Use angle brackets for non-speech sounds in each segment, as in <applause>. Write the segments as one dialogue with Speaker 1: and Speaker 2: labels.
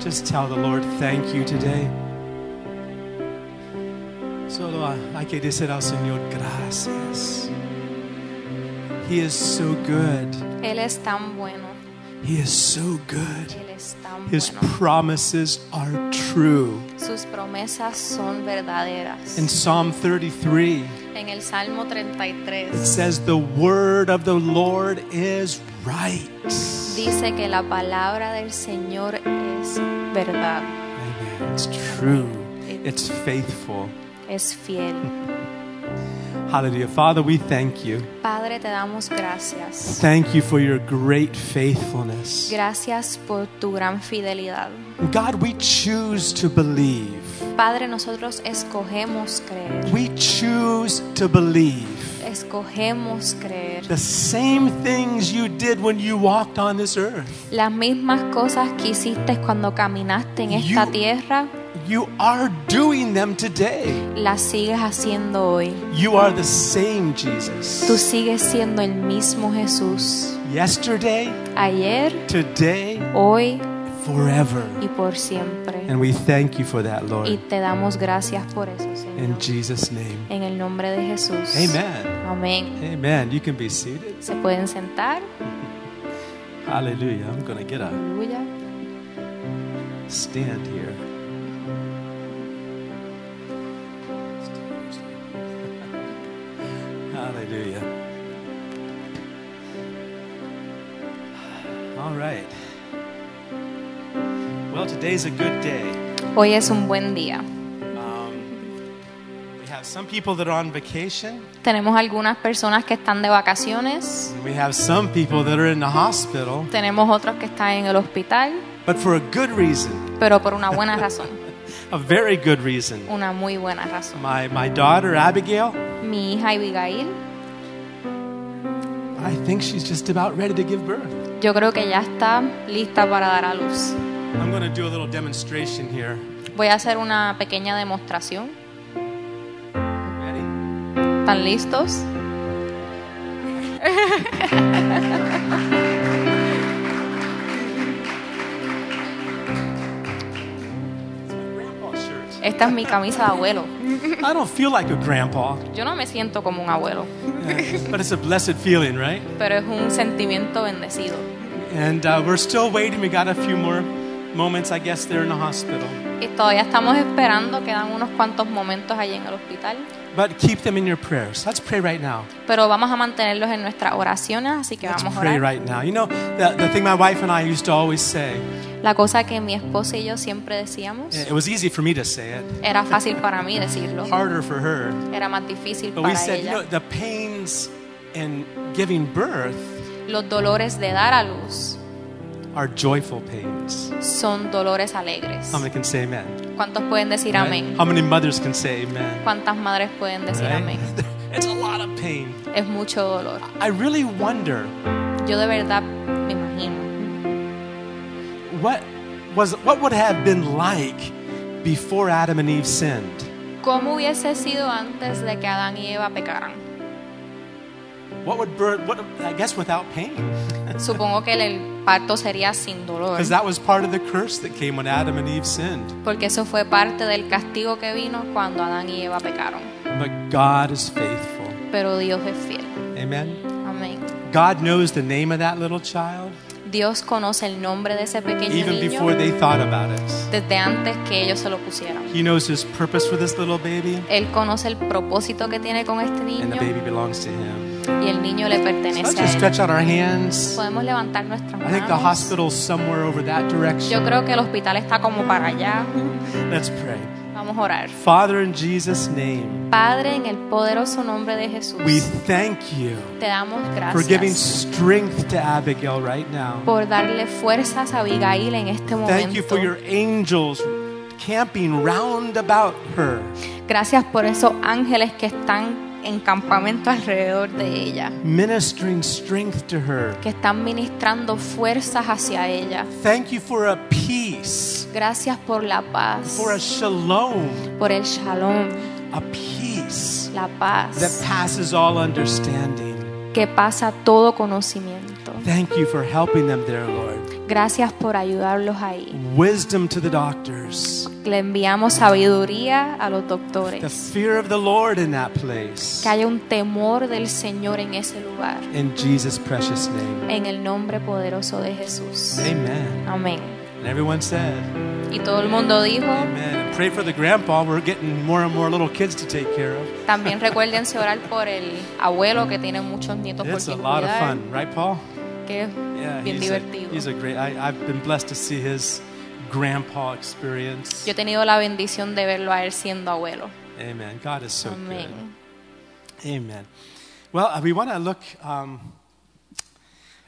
Speaker 1: Just tell the Lord thank you today. Solo hay que decir al Señor gracias. He is so good.
Speaker 2: Él es tan bueno.
Speaker 1: He is so good.
Speaker 2: Él es tan
Speaker 1: His
Speaker 2: bueno.
Speaker 1: promises are true.
Speaker 2: Sus promesas son verdaderas.
Speaker 1: In Psalm 33,
Speaker 2: En el Salmo
Speaker 1: it
Speaker 2: 33
Speaker 1: says, The word of the Lord is right.
Speaker 2: dice que la palabra del Señor es verdad,
Speaker 1: Amen. It's true. It's faithful.
Speaker 2: es fiel.
Speaker 1: Hallelujah. Father, we thank you.
Speaker 2: Padre, te damos gracias.
Speaker 1: Thank you for your great faithfulness.
Speaker 2: Gracias por tu gran fidelidad.
Speaker 1: God, we choose to believe.
Speaker 2: Padre, nosotros escogemos creer.
Speaker 1: We choose to believe
Speaker 2: Escogemos creer.
Speaker 1: the same things you did when you walked on this earth.
Speaker 2: Las mismas cosas que hiciste cuando caminaste en esta
Speaker 1: You-
Speaker 2: tierra,
Speaker 1: You are doing them today.
Speaker 2: las sigues haciendo hoy.
Speaker 1: You are the same
Speaker 2: Tú
Speaker 1: Jesus.
Speaker 2: sigues siendo el mismo Jesús.
Speaker 1: Yesterday,
Speaker 2: Ayer,
Speaker 1: today,
Speaker 2: hoy
Speaker 1: forever.
Speaker 2: y por siempre.
Speaker 1: And we thank you for that,
Speaker 2: Y
Speaker 1: Lord.
Speaker 2: te damos gracias por eso,
Speaker 1: In
Speaker 2: Señor.
Speaker 1: Jesus' name.
Speaker 2: En el nombre de Jesús.
Speaker 1: Amen.
Speaker 2: Amén.
Speaker 1: Amen. You can be seated.
Speaker 2: Se pueden sentar.
Speaker 1: Hallelujah. I'm going to get a
Speaker 2: Aleluya.
Speaker 1: stand here. Hallelujah. All right. Well, today's a good day.
Speaker 2: Hoy es un buen día.
Speaker 1: We have some people that are on vacation,
Speaker 2: Tenemos algunas personas que están de vacaciones.
Speaker 1: and we have some people that are in the hospital,
Speaker 2: Tenemos otros que están en el hospital,
Speaker 1: but for a good reason,
Speaker 2: pero por una buena razón.
Speaker 1: a very good reason.
Speaker 2: Una muy buena razón.
Speaker 1: My, my daughter, Abigail,
Speaker 2: Mi hija Abigail,
Speaker 1: I think she's just about ready to give birth.
Speaker 2: yo creo que ya está lista para dar a luz.
Speaker 1: I'm going to do a little demonstration here.
Speaker 2: Voy a hacer una pequeña demostración.
Speaker 1: Ready?
Speaker 2: ¿Están listos?
Speaker 1: It's my grandpa's shirt.
Speaker 2: Esta es mi camisa de abuelo.
Speaker 1: I don't feel like a <laughs> grandpa, uh,
Speaker 2: Yo no me siento como un abuelo,
Speaker 1: but it's a blessed feeling, right?
Speaker 2: pero es un sentimiento bendecido.
Speaker 1: And uh, we're still waiting. We got a few more moments, I guess, there in the hospital.
Speaker 2: Y todavía estamos esperando, quedan unos cuantos momentos allí en el hospital.
Speaker 1: But keep them in your prayers. Let's pray right now.
Speaker 2: Pero vamos a mantenerlos en nuestras oraciones, así que
Speaker 1: Let's
Speaker 2: vamos a
Speaker 1: pray
Speaker 2: orar.
Speaker 1: right now. You know, the, the thing my wife and I used to always say,
Speaker 2: La cosa que mi esposa y yo siempre decíamos
Speaker 1: it was easy for me to say it,
Speaker 2: era fácil para mí decirlo,
Speaker 1: harder for her.
Speaker 2: era más difícil
Speaker 1: But we
Speaker 2: para
Speaker 1: said, you know,
Speaker 2: ella.
Speaker 1: the pains in giving birth
Speaker 2: Los dolores de dar a luz
Speaker 1: are joyful pains.
Speaker 2: son dolores alegres.
Speaker 1: How many can say amen?
Speaker 2: ¿Cuántos pueden decir amén?
Speaker 1: How many mothers can say amen?
Speaker 2: ¿Cuántas madres pueden decir
Speaker 1: Right?
Speaker 2: amén?
Speaker 1: <laughs> It's a lot of pain.
Speaker 2: Es mucho dolor.
Speaker 1: I really wonder
Speaker 2: Yo de verdad me imagino
Speaker 1: what was what would have been like before Adam and Eve sinned.
Speaker 2: cómo hubiese sido antes de que Adán y Eva pecaran.
Speaker 1: What would birth, what I guess without pain
Speaker 2: Supongo que el- el parto sería sin dolor,
Speaker 1: because that was part of the curse that came when Adam and Eve sinned.
Speaker 2: porque eso fue parte del castigo que vino cuando Adán y Eva pecaron.
Speaker 1: But God is faithful.
Speaker 2: Pero Dios es fiel.
Speaker 1: Amen.
Speaker 2: Amén.
Speaker 1: God knows the name of that little child
Speaker 2: Dios conoce el nombre de ese pequeño
Speaker 1: even before
Speaker 2: niño
Speaker 1: they thought about it.
Speaker 2: desde antes que ellos se lo pusieran.
Speaker 1: He knows his purpose for this little baby
Speaker 2: Él conoce el propósito que tiene con este
Speaker 1: and the
Speaker 2: niño
Speaker 1: baby belongs to him.
Speaker 2: y el niño le
Speaker 1: So
Speaker 2: pertenece
Speaker 1: let's just
Speaker 2: a él.
Speaker 1: stretch out our hands.
Speaker 2: Podemos levantar nuestras
Speaker 1: I think the
Speaker 2: manos.
Speaker 1: hospital's somewhere over that direction.
Speaker 2: Yo creo que el hospital está como para allá.
Speaker 1: Let's pray.
Speaker 2: Vamos a orar.
Speaker 1: Father, in Jesus' name,
Speaker 2: Padre, en el poderoso nombre de Jesús,
Speaker 1: we thank you
Speaker 2: te damos
Speaker 1: for giving
Speaker 2: gracias
Speaker 1: strength to Abigail right now.
Speaker 2: por darle fuerzas a Abigail en
Speaker 1: Thank
Speaker 2: este
Speaker 1: you
Speaker 2: momento.
Speaker 1: for your angels camping round about her.
Speaker 2: Gracias por esos ángeles que están en campamento alrededor de ella,
Speaker 1: Ministering strength to her.
Speaker 2: que están ministrando fuerzas hacia ella.
Speaker 1: Thank you for a peace,
Speaker 2: Gracias por la paz,
Speaker 1: for a shalom,
Speaker 2: por el shalom,
Speaker 1: a peace
Speaker 2: la
Speaker 1: that
Speaker 2: paz
Speaker 1: passes all understanding.
Speaker 2: que pasa todo conocimiento.
Speaker 1: Thank you for helping them there, Lord.
Speaker 2: Gracias por ayudarlos ahí.
Speaker 1: wisdom to the doctors,
Speaker 2: Le enviamos sabiduría a los
Speaker 1: the
Speaker 2: doctores.
Speaker 1: fear of the Lord in that place.
Speaker 2: Que haya un temor del Señor en ese lugar.
Speaker 1: In Jesus' precious name.
Speaker 2: En el nombre poderoso de Jesús.
Speaker 1: Amen.
Speaker 2: Amén.
Speaker 1: And everyone said,
Speaker 2: Y todo el mundo dijo,
Speaker 1: Amen. And pray for the grandpa. We're getting more and more little kids to take care of. <laughs>
Speaker 2: también recuérdense orar por el abuelo que tiene muchos nietos por
Speaker 1: It's a
Speaker 2: quien
Speaker 1: lot of
Speaker 2: cuidar,
Speaker 1: fun, right, Paul?
Speaker 2: que es
Speaker 1: Yeah,
Speaker 2: bien
Speaker 1: he's a, he's
Speaker 2: divertido.
Speaker 1: a great. I, I've been blessed to see his grandpa experience.
Speaker 2: Yo he tenido la bendición de verlo a él siendo abuelo.
Speaker 1: Amen. God is so good.
Speaker 2: Amén.
Speaker 1: Amen. Well, uh, we want to look um,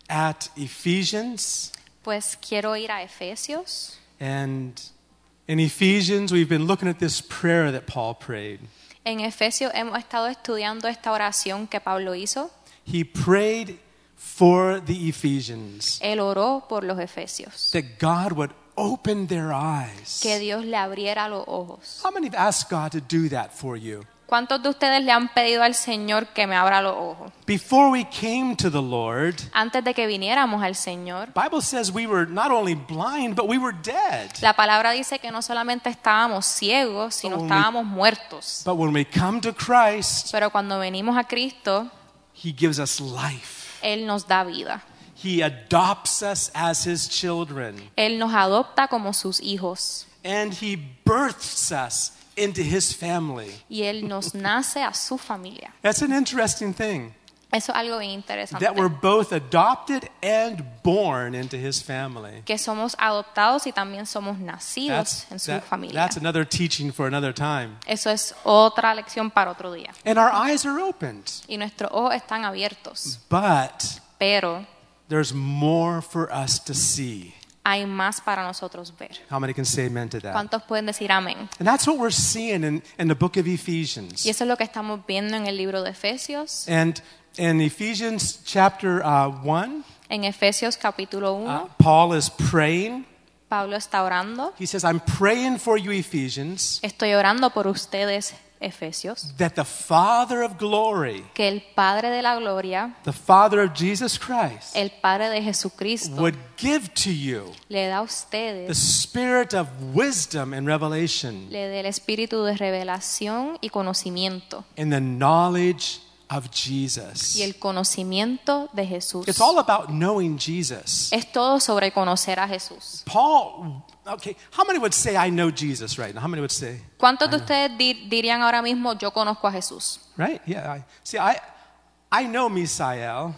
Speaker 1: at Ephesians,
Speaker 2: Pues quiero ir a Efesios.
Speaker 1: and in Ephesians, we've been looking at this prayer that Paul prayed.
Speaker 2: En Efesios hemos estado estudiando esta oración que Pablo hizo.
Speaker 1: He prayed for the Ephesians
Speaker 2: Él oró por los Efesios.
Speaker 1: that God would open their eyes.
Speaker 2: Que Dios le abriera los ojos.
Speaker 1: How many have asked God to do that for you?
Speaker 2: ¿Cuántos de ustedes le han pedido al Señor que me abra los ojos?
Speaker 1: Before we came to the Lord,
Speaker 2: Antes de que viniéramos al Señor,
Speaker 1: Bible says we were not only blind, but we were dead.
Speaker 2: La palabra dice que no solamente estábamos ciegos, sino
Speaker 1: Only-
Speaker 2: estábamos muertos.
Speaker 1: But when we come to Christ,
Speaker 2: Pero cuando venimos a Cristo,
Speaker 1: He gives us life.
Speaker 2: Él nos da vida.
Speaker 1: He adopts us as his children
Speaker 2: Él nos adopta como sus hijos
Speaker 1: and he births us into his family.
Speaker 2: y
Speaker 1: <laughs>
Speaker 2: Él nos nace a su familia.
Speaker 1: That's an interesting thing
Speaker 2: Eso es algo bien interesante.
Speaker 1: that we're both adopted and born into his family.
Speaker 2: Que somos adoptados y también somos nacidos en su
Speaker 1: that-
Speaker 2: familia.
Speaker 1: that's another teaching for another time.
Speaker 2: Eso es otra lección para otro día.
Speaker 1: And our eyes are opened,
Speaker 2: Y nuestros ojos están abiertos,
Speaker 1: but
Speaker 2: pero
Speaker 1: there's more for us to see.
Speaker 2: hay más para nosotros ver.
Speaker 1: How many can say amen to that?
Speaker 2: ¿Cuántos pueden decir amén?
Speaker 1: And that's what we're seeing in, in the book of Ephesians.
Speaker 2: Y eso es lo que estamos viendo en el libro de Efesios.
Speaker 1: And in Ephesians chapter uh, 1,
Speaker 2: En Efesios capítulo 1,
Speaker 1: Uh, Paul is praying.
Speaker 2: Pablo está orando.
Speaker 1: He says, I'm praying for you, Ephesians,
Speaker 2: Estoy orando por ustedes, Efesios,
Speaker 1: that the Father of glory,
Speaker 2: que el Padre de la Gloria,
Speaker 1: the Father of Jesus Christ,
Speaker 2: el Padre de Jesucristo,
Speaker 1: would give to you
Speaker 2: le da a
Speaker 1: the
Speaker 2: ustedes,
Speaker 1: spirit of wisdom and revelation
Speaker 2: le dé el espíritu de revelación y conocimiento,
Speaker 1: and the knowledge of Jesus.
Speaker 2: y el conocimiento de Jesús.
Speaker 1: It's all about knowing Jesus.
Speaker 2: Es todo sobre conocer a Jesús.
Speaker 1: Paul, okay, how many would say, I know Jesus right now? How many would say,
Speaker 2: ¿Cuántos de ustedes di- dirían ahora mismo, yo conozco a Jesús?
Speaker 1: right? Yeah. I, see, I, I know Misael,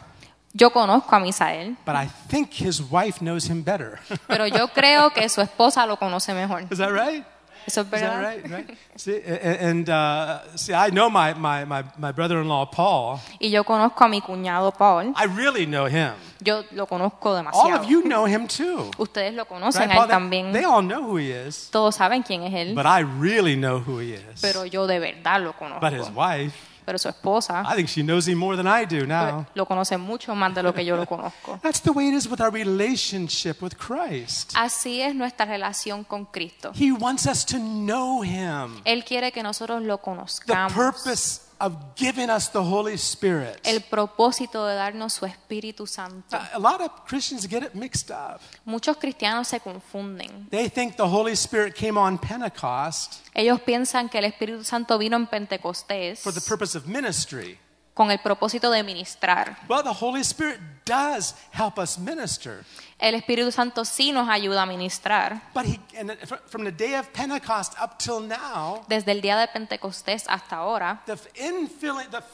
Speaker 2: Yo conozco a Misael,
Speaker 1: but I think his wife knows him better. <laughs>
Speaker 2: pero yo creo que su esposa lo conoce mejor.
Speaker 1: Is that right?
Speaker 2: Eso es
Speaker 1: Is that
Speaker 2: verdad.
Speaker 1: right? Right. See, a- a- and uh, see, I know my, my, my, my brother-in-law Paul.
Speaker 2: Y yo conozco a mi cuñado Paul.
Speaker 1: I really know him.
Speaker 2: Yo lo conozco
Speaker 1: All
Speaker 2: demasiado.
Speaker 1: of you know him too.
Speaker 2: Ustedes lo conocen
Speaker 1: Right,
Speaker 2: a él
Speaker 1: Paul? They,
Speaker 2: también.
Speaker 1: they all know who he is,
Speaker 2: Todos saben quién es él,
Speaker 1: but I really know who he is.
Speaker 2: pero yo de verdad lo conozco.
Speaker 1: But his wife,
Speaker 2: pero su esposa
Speaker 1: I think she knows him more than I do now.
Speaker 2: pues, lo conoce mucho más de lo que yo
Speaker 1: <laughs>
Speaker 2: lo conozco.
Speaker 1: That's the way it is with our relationship with Christ.
Speaker 2: Así es nuestra relación con Cristo.
Speaker 1: He wants us to know him.
Speaker 2: Él quiere que nosotros lo
Speaker 1: The
Speaker 2: conozcamos.
Speaker 1: purpose of giving us the Holy Spirit.
Speaker 2: El propósito de darnos su Espíritu Santo.
Speaker 1: A- A lot of Christians get it mixed up.
Speaker 2: Muchos cristianos se confunden.
Speaker 1: They think the Holy Spirit came on Pentecost
Speaker 2: Ellos piensan que el Espíritu Santo vino en Pentecostés
Speaker 1: for the purpose of ministry.
Speaker 2: con el propósito de ministrar.
Speaker 1: Well, the Holy Spirit does help us minister.
Speaker 2: El Espíritu Santo sí nos ayuda a ministrar.
Speaker 1: But he, and fr- from the day of Pentecost up till now,
Speaker 2: desde el día de Pentecostés hasta ahora,
Speaker 1: the f- infilling, the f-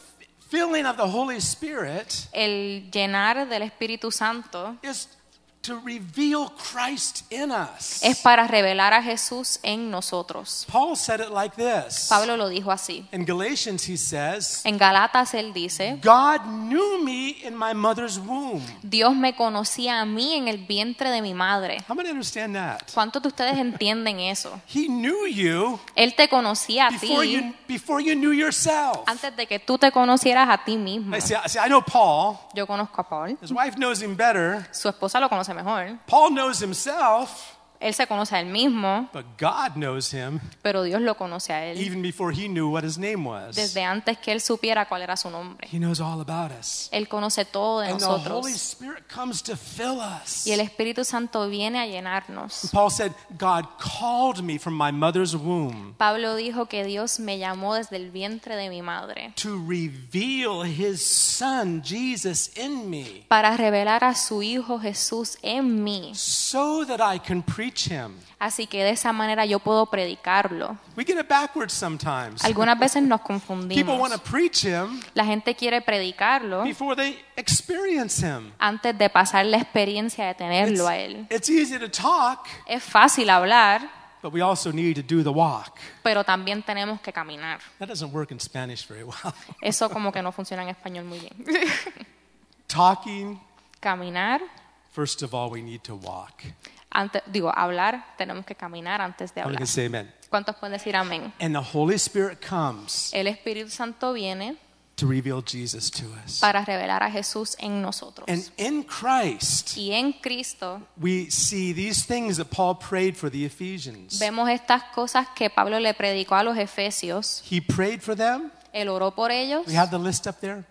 Speaker 1: filling of the Holy Spirit
Speaker 2: el llenar del Espíritu Santo
Speaker 1: is to reveal Christ in us.
Speaker 2: es para revelar a Jesús en nosotros.
Speaker 1: Paul said it like this.
Speaker 2: Pablo lo dijo así.
Speaker 1: In Galatians, he says,
Speaker 2: En Galatas él dice,
Speaker 1: God knew me in my mother's womb.
Speaker 2: Dios me conocía a mí en el vientre de mi madre.
Speaker 1: How many understand that?
Speaker 2: ¿Cuántos de ustedes entienden eso?
Speaker 1: He knew you
Speaker 2: Él te conocía a
Speaker 1: before
Speaker 2: ti
Speaker 1: you before you knew yourself.
Speaker 2: antes de que tú te conocieras a ti mismo.
Speaker 1: I see, I see. I know Paul.
Speaker 2: Yo conozco a Paul,
Speaker 1: His wife knows him better.
Speaker 2: su esposa lo conoce mejor.
Speaker 1: Paul knows himself.
Speaker 2: Él se conoce a él mismo,
Speaker 1: but God knows him
Speaker 2: pero Dios lo conoce a él
Speaker 1: even before he knew what his name was.
Speaker 2: desde antes que él supiera cuál era su nombre.
Speaker 1: He knows all about us.
Speaker 2: Él conoce todo de
Speaker 1: And the Holy
Speaker 2: nosotros.
Speaker 1: Spirit comes to fill us.
Speaker 2: Y el Espíritu Santo viene a llenarnos.
Speaker 1: Paul said, God called me from my mother's womb
Speaker 2: Pablo dijo que Dios me llamó desde el vientre de mi madre
Speaker 1: to reveal his son, Jesus, in me
Speaker 2: para revelar a su Hijo Jesús en mí.
Speaker 1: so that I can preach him.
Speaker 2: Así que de esa manera yo puedo predicarlo.
Speaker 1: We get it backwards sometimes.
Speaker 2: Algunas veces nos
Speaker 1: People want to
Speaker 2: confundimos.
Speaker 1: preach him
Speaker 2: La gente quiere predicarlo
Speaker 1: before they experience him.
Speaker 2: antes de pasar la experiencia de
Speaker 1: It's,
Speaker 2: tenerlo a él.
Speaker 1: it's easy to talk,
Speaker 2: Es fácil hablar,
Speaker 1: but we also need to do the walk.
Speaker 2: pero también tenemos que caminar.
Speaker 1: That doesn't work in Spanish very well. <laughs>
Speaker 2: Eso como que no funciona en español muy bien. <laughs>
Speaker 1: Talking,
Speaker 2: Caminar,
Speaker 1: first of all, we need to walk.
Speaker 2: antes, digo, hablar, tenemos que caminar antes de
Speaker 1: I'm going
Speaker 2: hablar.
Speaker 1: to say amen.
Speaker 2: ¿Cuántos pueden decir amén?
Speaker 1: And the Holy Spirit comes
Speaker 2: El Espíritu Santo viene
Speaker 1: to reveal Jesus to us.
Speaker 2: para revelar a Jesús en nosotros.
Speaker 1: And in Christ,
Speaker 2: Y en Cristo
Speaker 1: we see these things that Paul prayed for the Ephesians.
Speaker 2: vemos estas cosas que Pablo le predicó a los efesios.
Speaker 1: He prayed for them.
Speaker 2: Él oró por ellos.
Speaker 1: We have the list up there.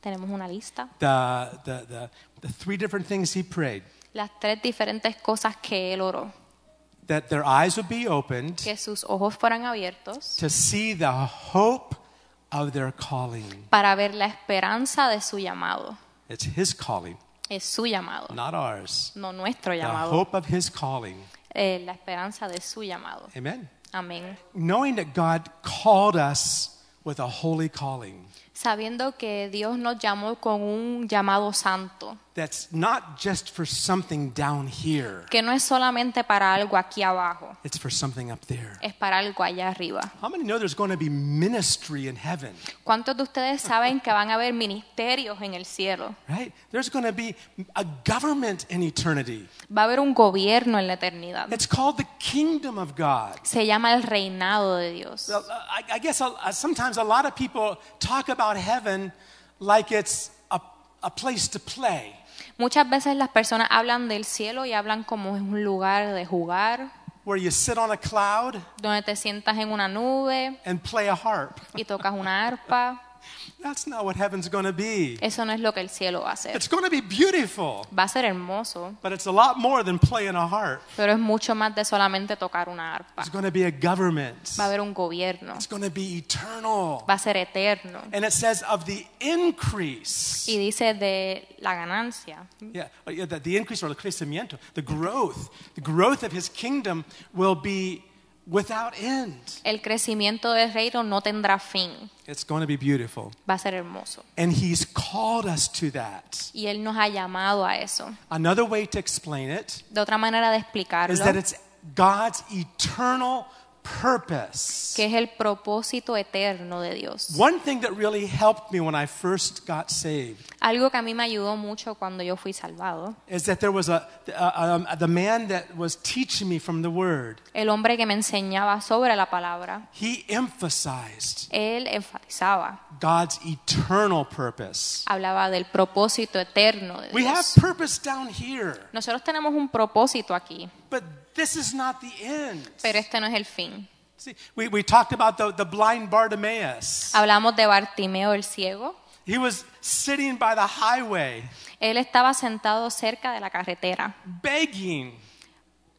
Speaker 2: Tenemos una lista.
Speaker 1: The, the, the, the three different things he prayed
Speaker 2: Las tres diferentes cosas que él oró.
Speaker 1: that their eyes would be opened
Speaker 2: Que sus ojos fueran abiertos
Speaker 1: to see the hope of their calling.
Speaker 2: para ver la esperanza de su llamado.
Speaker 1: It's his calling,
Speaker 2: Es su llamado,
Speaker 1: not ours.
Speaker 2: no nuestro
Speaker 1: The
Speaker 2: llamado.
Speaker 1: hope of his calling.
Speaker 2: Eh, la esperanza de su llamado.
Speaker 1: Amen.
Speaker 2: Amén.
Speaker 1: Knowing that God called us with a holy calling
Speaker 2: Sabiendo que Dios nos llamó con un llamado santo.
Speaker 1: that's not just for something down here.
Speaker 2: que no es solamente para algo aquí abajo,
Speaker 1: It's for something up there.
Speaker 2: es para algo allá arriba.
Speaker 1: How many know there's going to be ministry in heaven,
Speaker 2: ¿Cuántos de ustedes saben que van a haber ministerios en el cielo?
Speaker 1: right? There's going to be a government in eternity.
Speaker 2: Va a haber un gobierno en la eternidad.
Speaker 1: It's called the kingdom of God.
Speaker 2: Se llama el reinado de Dios.
Speaker 1: Well, I, I guess uh, sometimes a lot of people talk about heaven like it's a, a place to play.
Speaker 2: Muchas veces las personas hablan del cielo y hablan como es un lugar de jugar,
Speaker 1: Where you sit on a cloud
Speaker 2: donde te sientas en una nube
Speaker 1: and play a harp.
Speaker 2: y tocas una arpa.
Speaker 1: That's not what heaven's going to be.
Speaker 2: Eso no es lo que el cielo va a hacer.
Speaker 1: It's going to be beautiful,
Speaker 2: Va a ser hermoso,
Speaker 1: but it's a lot more than playing a harp.
Speaker 2: pero es mucho más de solamente tocar una arpa.
Speaker 1: It's going to be a government,
Speaker 2: Va a haber un gobierno,
Speaker 1: it's going to be eternal.
Speaker 2: va a ser eterno.
Speaker 1: And it says of the increase.
Speaker 2: Y dice de la ganancia.
Speaker 1: Yeah, oh, yeah, the, the increase or el crecimiento, the growth, the growth of his kingdom will be without end.
Speaker 2: El crecimiento del reino no tendrá fin.
Speaker 1: It's going to be beautiful.
Speaker 2: Va a ser hermoso.
Speaker 1: And he's called us to that.
Speaker 2: Y Él nos ha llamado a eso.
Speaker 1: Another way to explain it
Speaker 2: De otra manera de
Speaker 1: is
Speaker 2: explicarlo,
Speaker 1: that it's God's eternal purpose.
Speaker 2: que es el propósito eterno de Dios.
Speaker 1: One thing that really helped me when I first got saved
Speaker 2: Algo que a mí me ayudó mucho cuando yo fui salvado.
Speaker 1: is that there was a, a, um, the man that was teaching me from the word.
Speaker 2: El hombre que me enseñaba sobre la palabra,
Speaker 1: He emphasized
Speaker 2: él enfatizaba,
Speaker 1: God's eternal purpose.
Speaker 2: hablaba del propósito eterno de
Speaker 1: We have
Speaker 2: Dios.
Speaker 1: purpose down here,
Speaker 2: Nosotros tenemos un propósito aquí,
Speaker 1: but this is not the end.
Speaker 2: pero este no es el fin.
Speaker 1: See, we, we talked about the, the blind Bartimaeus.
Speaker 2: Hablamos de Bartimeo el ciego,
Speaker 1: He was sitting by the highway,
Speaker 2: Él estaba sentado cerca de la carretera,
Speaker 1: begging.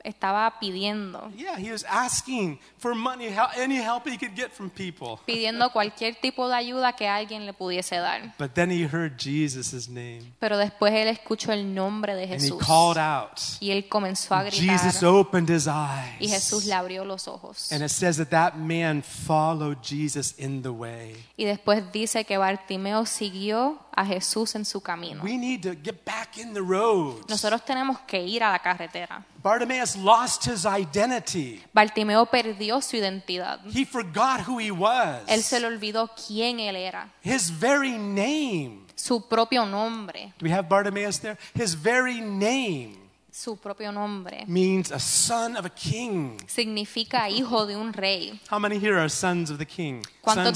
Speaker 2: estaba pidiendo,
Speaker 1: Yeah, he was asking for money, hel- any help he could get from people.
Speaker 2: pidiendo cualquier tipo de ayuda que alguien le pudiese dar.
Speaker 1: But then he heard Jesus' name
Speaker 2: Pero después él escuchó el nombre de
Speaker 1: and he
Speaker 2: Jesús
Speaker 1: called out.
Speaker 2: y él comenzó a gritar
Speaker 1: Jesus opened his
Speaker 2: y Jesús
Speaker 1: eyes.
Speaker 2: le abrió los ojos.
Speaker 1: And it says that that man followed Jesus in the way.
Speaker 2: Y después dice que Bartimeo siguió a Jesús en su camino.
Speaker 1: We need to get back in the road.
Speaker 2: Nosotros tenemos que ir a la carretera.
Speaker 1: Bartimaeus lost his identity.
Speaker 2: Bartimeo perdió su identidad.
Speaker 1: He forgot who he
Speaker 2: Él se
Speaker 1: was.
Speaker 2: le olvidó quién él era,
Speaker 1: His very name.
Speaker 2: su propio nombre,
Speaker 1: Do we have Bartimaeus there? His very name
Speaker 2: su propio nombre.
Speaker 1: means a son of a king.
Speaker 2: Significa hijo de un rey.
Speaker 1: How many here are sons of the king?
Speaker 2: ¿Cuántos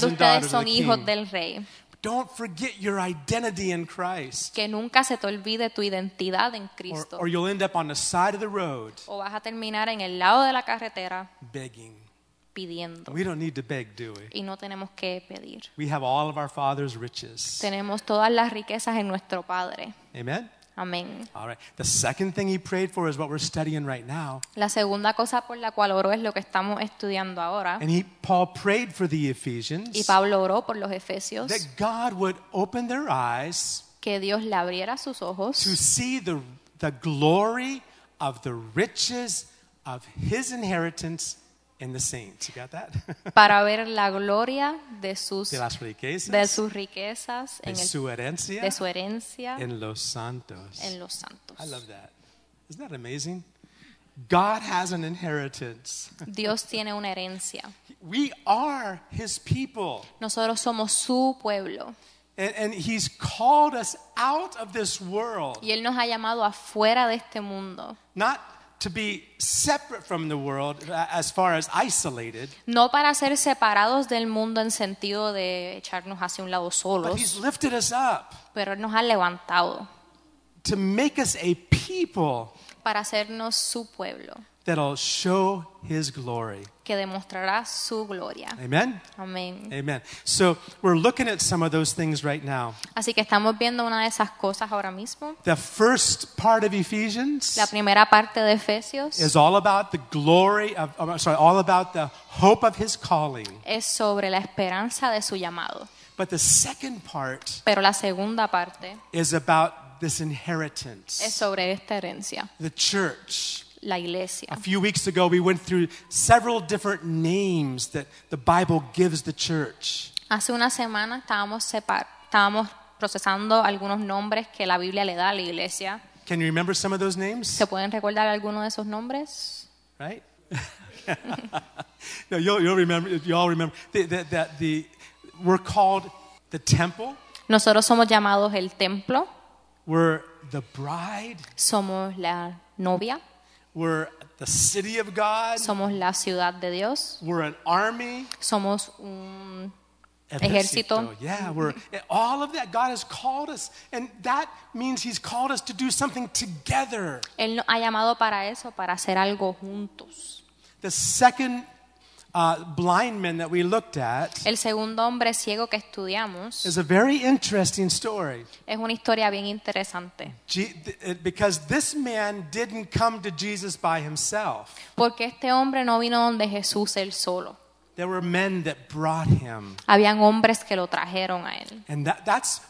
Speaker 1: Sons
Speaker 2: de
Speaker 1: and
Speaker 2: ustedes
Speaker 1: daughters of
Speaker 2: son
Speaker 1: the
Speaker 2: hijos
Speaker 1: king.
Speaker 2: del rey?
Speaker 1: Don't forget your identity in Christ,
Speaker 2: Que nunca se te olvide tu identidad en
Speaker 1: or,
Speaker 2: Cristo.
Speaker 1: or you'll end up on the side of the road
Speaker 2: O vas a terminar en el lado de la carretera
Speaker 1: begging.
Speaker 2: pidiendo.
Speaker 1: We don't need to beg, do we?
Speaker 2: Y no tenemos que pedir.
Speaker 1: We have all of our Father's riches.
Speaker 2: Tenemos todas las riquezas en nuestro Padre.
Speaker 1: Amen?
Speaker 2: Amén.
Speaker 1: All right. The second thing he prayed for is what we're studying right now.
Speaker 2: La segunda cosa por la cual oró es lo que estamos estudiando ahora.
Speaker 1: And he, Paul prayed for the
Speaker 2: Y
Speaker 1: Ephesians
Speaker 2: Pablo oró por los Efesios,
Speaker 1: that God would open their eyes
Speaker 2: que Dios le abriera sus
Speaker 1: to
Speaker 2: ojos
Speaker 1: see the, the glory of the riches of his inheritance in the saints. You got that? <laughs>
Speaker 2: para ver la gloria de sus,
Speaker 1: de las riquezas,
Speaker 2: de sus riquezas,
Speaker 1: de
Speaker 2: en el-
Speaker 1: su herencia,
Speaker 2: de su herencia
Speaker 1: en los santos.
Speaker 2: en los santos.
Speaker 1: I love that. Isn't that amazing? God has an inheritance.
Speaker 2: Dios tiene una herencia.
Speaker 1: We are his people.
Speaker 2: Nosotros somos su pueblo
Speaker 1: And, and he's called us out of this world,
Speaker 2: y Él nos ha llamado afuera de este mundo.
Speaker 1: not to be separate from the world uh, as far as isolated,
Speaker 2: No para ser separados del mundo en sentido de echarnos hacia un lado
Speaker 1: but he's
Speaker 2: solos,
Speaker 1: lifted us up
Speaker 2: pero Él nos ha levantado
Speaker 1: to make us a people
Speaker 2: para hacernos su pueblo,
Speaker 1: that'll show his glory.
Speaker 2: que demostrará su gloria.
Speaker 1: Amen?
Speaker 2: Amén.
Speaker 1: Amen. So we're looking at some of those things right now.
Speaker 2: Así que estamos viendo una de esas cosas ahora mismo.
Speaker 1: The first part of Ephesians
Speaker 2: La primera parte de Efesios
Speaker 1: is all about the glory of, oh, I'm sorry, all about the hope of his calling.
Speaker 2: es sobre la esperanza de su llamado,
Speaker 1: But the second part
Speaker 2: pero la segunda parte
Speaker 1: is about this inheritance.
Speaker 2: es sobre esta herencia,
Speaker 1: the church.
Speaker 2: la iglesia.
Speaker 1: A few weeks ago, we went through several different names that the Bible gives the church.
Speaker 2: Hace una semana estábamos, separ- estábamos procesando algunos nombres que la Biblia le da a la iglesia.
Speaker 1: Can you remember some of those names?
Speaker 2: ¿Se pueden recordar alguno de esos nombres?
Speaker 1: Right? <laughs> no, you'll, you'll remember, you all remember that the, the, the, we're called the temple,
Speaker 2: Nosotros somos llamados el templo,
Speaker 1: we're the bride,
Speaker 2: somos la novia,
Speaker 1: we're the city of God,
Speaker 2: somos la ciudad de Dios,
Speaker 1: we're an army.
Speaker 2: somos un Ejército.
Speaker 1: Yeah, we're all of that. God has called us, and that means He's called us to do something together.
Speaker 2: Él nos ha llamado para eso, para hacer algo juntos.
Speaker 1: The second uh, blind man that we looked at
Speaker 2: El segundo hombre ciego que estudiamos
Speaker 1: is a very interesting story
Speaker 2: es una historia bien interesante,
Speaker 1: Je- th- it- because this man didn't come to Jesus by himself.
Speaker 2: porque este hombre no vino donde Jesús él solo.
Speaker 1: There were men that brought him.
Speaker 2: Habían hombres que lo trajeron a él.
Speaker 1: And that, that's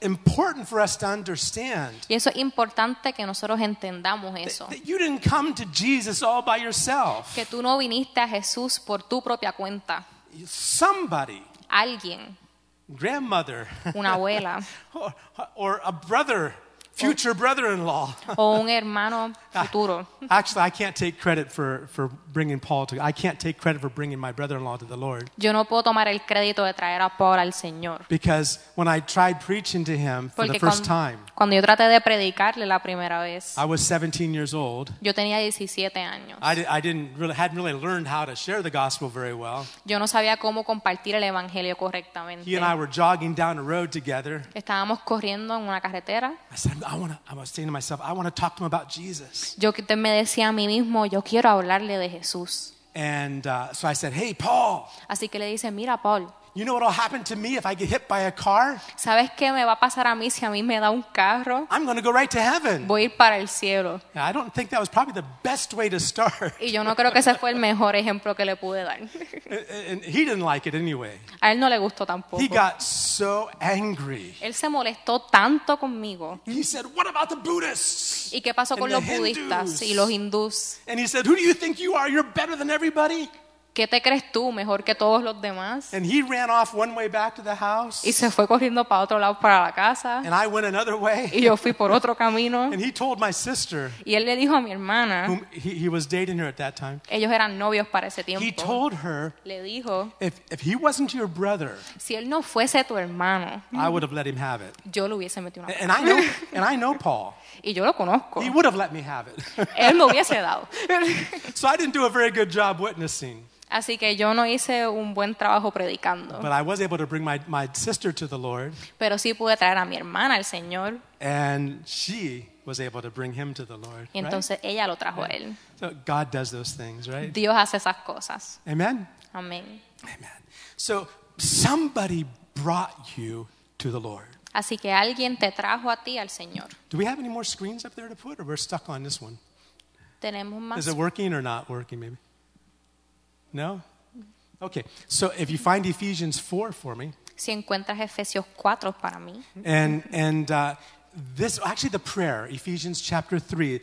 Speaker 1: important for us to understand.
Speaker 2: Y eso es importante que nosotros entendamos
Speaker 1: That,
Speaker 2: eso,
Speaker 1: that you didn't come to Jesus all by yourself.
Speaker 2: que tú no viniste a Jesús por tu propia cuenta.
Speaker 1: Somebody,
Speaker 2: Alguien,
Speaker 1: grandmother, <laughs>
Speaker 2: una abuela
Speaker 1: or, or a brother, future brother in law.
Speaker 2: o un hermano futuro.
Speaker 1: <laughs> Actually, I can't take credit for, for bringing Paul to. I can't take credit for bringing my brother in law to the Lord
Speaker 2: Yo no puedo tomar el crédito de traer a Paul al Señor.
Speaker 1: because when I tried preaching to him for the
Speaker 2: Porque
Speaker 1: first
Speaker 2: cuan-
Speaker 1: time,
Speaker 2: cuando yo traté de predicarle la primera vez,
Speaker 1: I was 17 years old.
Speaker 2: Yo tenía 17 años.
Speaker 1: I, di- I didn't really, hadn't really learned how to share the gospel very well.
Speaker 2: Yo no sabía cómo compartir el evangelio
Speaker 1: He
Speaker 2: correctamente.
Speaker 1: and I were jogging down a road together.
Speaker 2: Estábamos corriendo en una carretera.
Speaker 1: I said, I, wanna, I was saying to myself, I want to talk to him about Jesus.
Speaker 2: Yo que- me decía a mí mismo, yo quiero hablarle de Jesús.
Speaker 1: And uh, so I said, Hey, Paul,
Speaker 2: Así que le dice, mira Paul,
Speaker 1: you know what will happen to me if I get hit by a car?
Speaker 2: ¿sabes qué me va a pasar a mí si a mí me da un carro?
Speaker 1: I'm going to go right to heaven.
Speaker 2: Voy a ir para el cielo.
Speaker 1: Now, I don't think that was probably the best way to start. <laughs>
Speaker 2: Y yo no creo que ese fue el mejor ejemplo que le pude dar. <laughs>
Speaker 1: And- and he didn't like it anyway.
Speaker 2: A él no le gustó tampoco.
Speaker 1: He got so angry.
Speaker 2: Él se molestó tanto conmigo.
Speaker 1: He said, What about the Buddhists?
Speaker 2: ¿Y qué pasó con
Speaker 1: And
Speaker 2: los
Speaker 1: the
Speaker 2: budistas
Speaker 1: Hindus.
Speaker 2: y los hindús?
Speaker 1: And he said, Who do you think you are? You're better than everybody.
Speaker 2: ¿Qué te crees tú, mejor que todos los demás?
Speaker 1: And he ran off one way back to the house.
Speaker 2: Y se fue corriendo para otro lado, para la casa.
Speaker 1: And I went another way.
Speaker 2: Y yo fui por otro camino.
Speaker 1: And he told my sister,
Speaker 2: Y él le dijo a mi hermana,
Speaker 1: whom he, he was dating her at that time,
Speaker 2: ellos eran novios para ese
Speaker 1: he
Speaker 2: tiempo.
Speaker 1: told her,
Speaker 2: Le dijo,
Speaker 1: if, if he wasn't your brother,
Speaker 2: si él no fuese tu hermano,
Speaker 1: I would have let him have it.
Speaker 2: yo le hubiese metido una...
Speaker 1: And I know, and I know Paul.
Speaker 2: Y yo lo conozco.
Speaker 1: Eh, He would have let me have it. <laughs>
Speaker 2: Él me hubiese dado. <laughs>
Speaker 1: so I didn't do a very good job witnessing.
Speaker 2: Así que yo no hice un buen trabajo predicando,
Speaker 1: But I was able to bring my, my sister to the Lord,
Speaker 2: pero sí pude traer a mi hermana al Señor
Speaker 1: and she was able to bring him to the Lord.
Speaker 2: y
Speaker 1: right?
Speaker 2: entonces ella lo trajo a él.
Speaker 1: So God does those things, right?
Speaker 2: Dios hace esas cosas.
Speaker 1: Amen?
Speaker 2: Amén.
Speaker 1: Amen. So somebody brought you to the Lord.
Speaker 2: Así que alguien te trajo a ti al Señor.
Speaker 1: Do we have any more screens up there to put, or we're stuck on this one?
Speaker 2: Tenemos
Speaker 1: Is
Speaker 2: más.
Speaker 1: it working or not working, maybe? No? Okay, so if you find Ephesians 4 for me,
Speaker 2: Si encuentras Efesios 4 para mí.
Speaker 1: and, and uh, this, actually, the prayer, Ephesians chapter 3,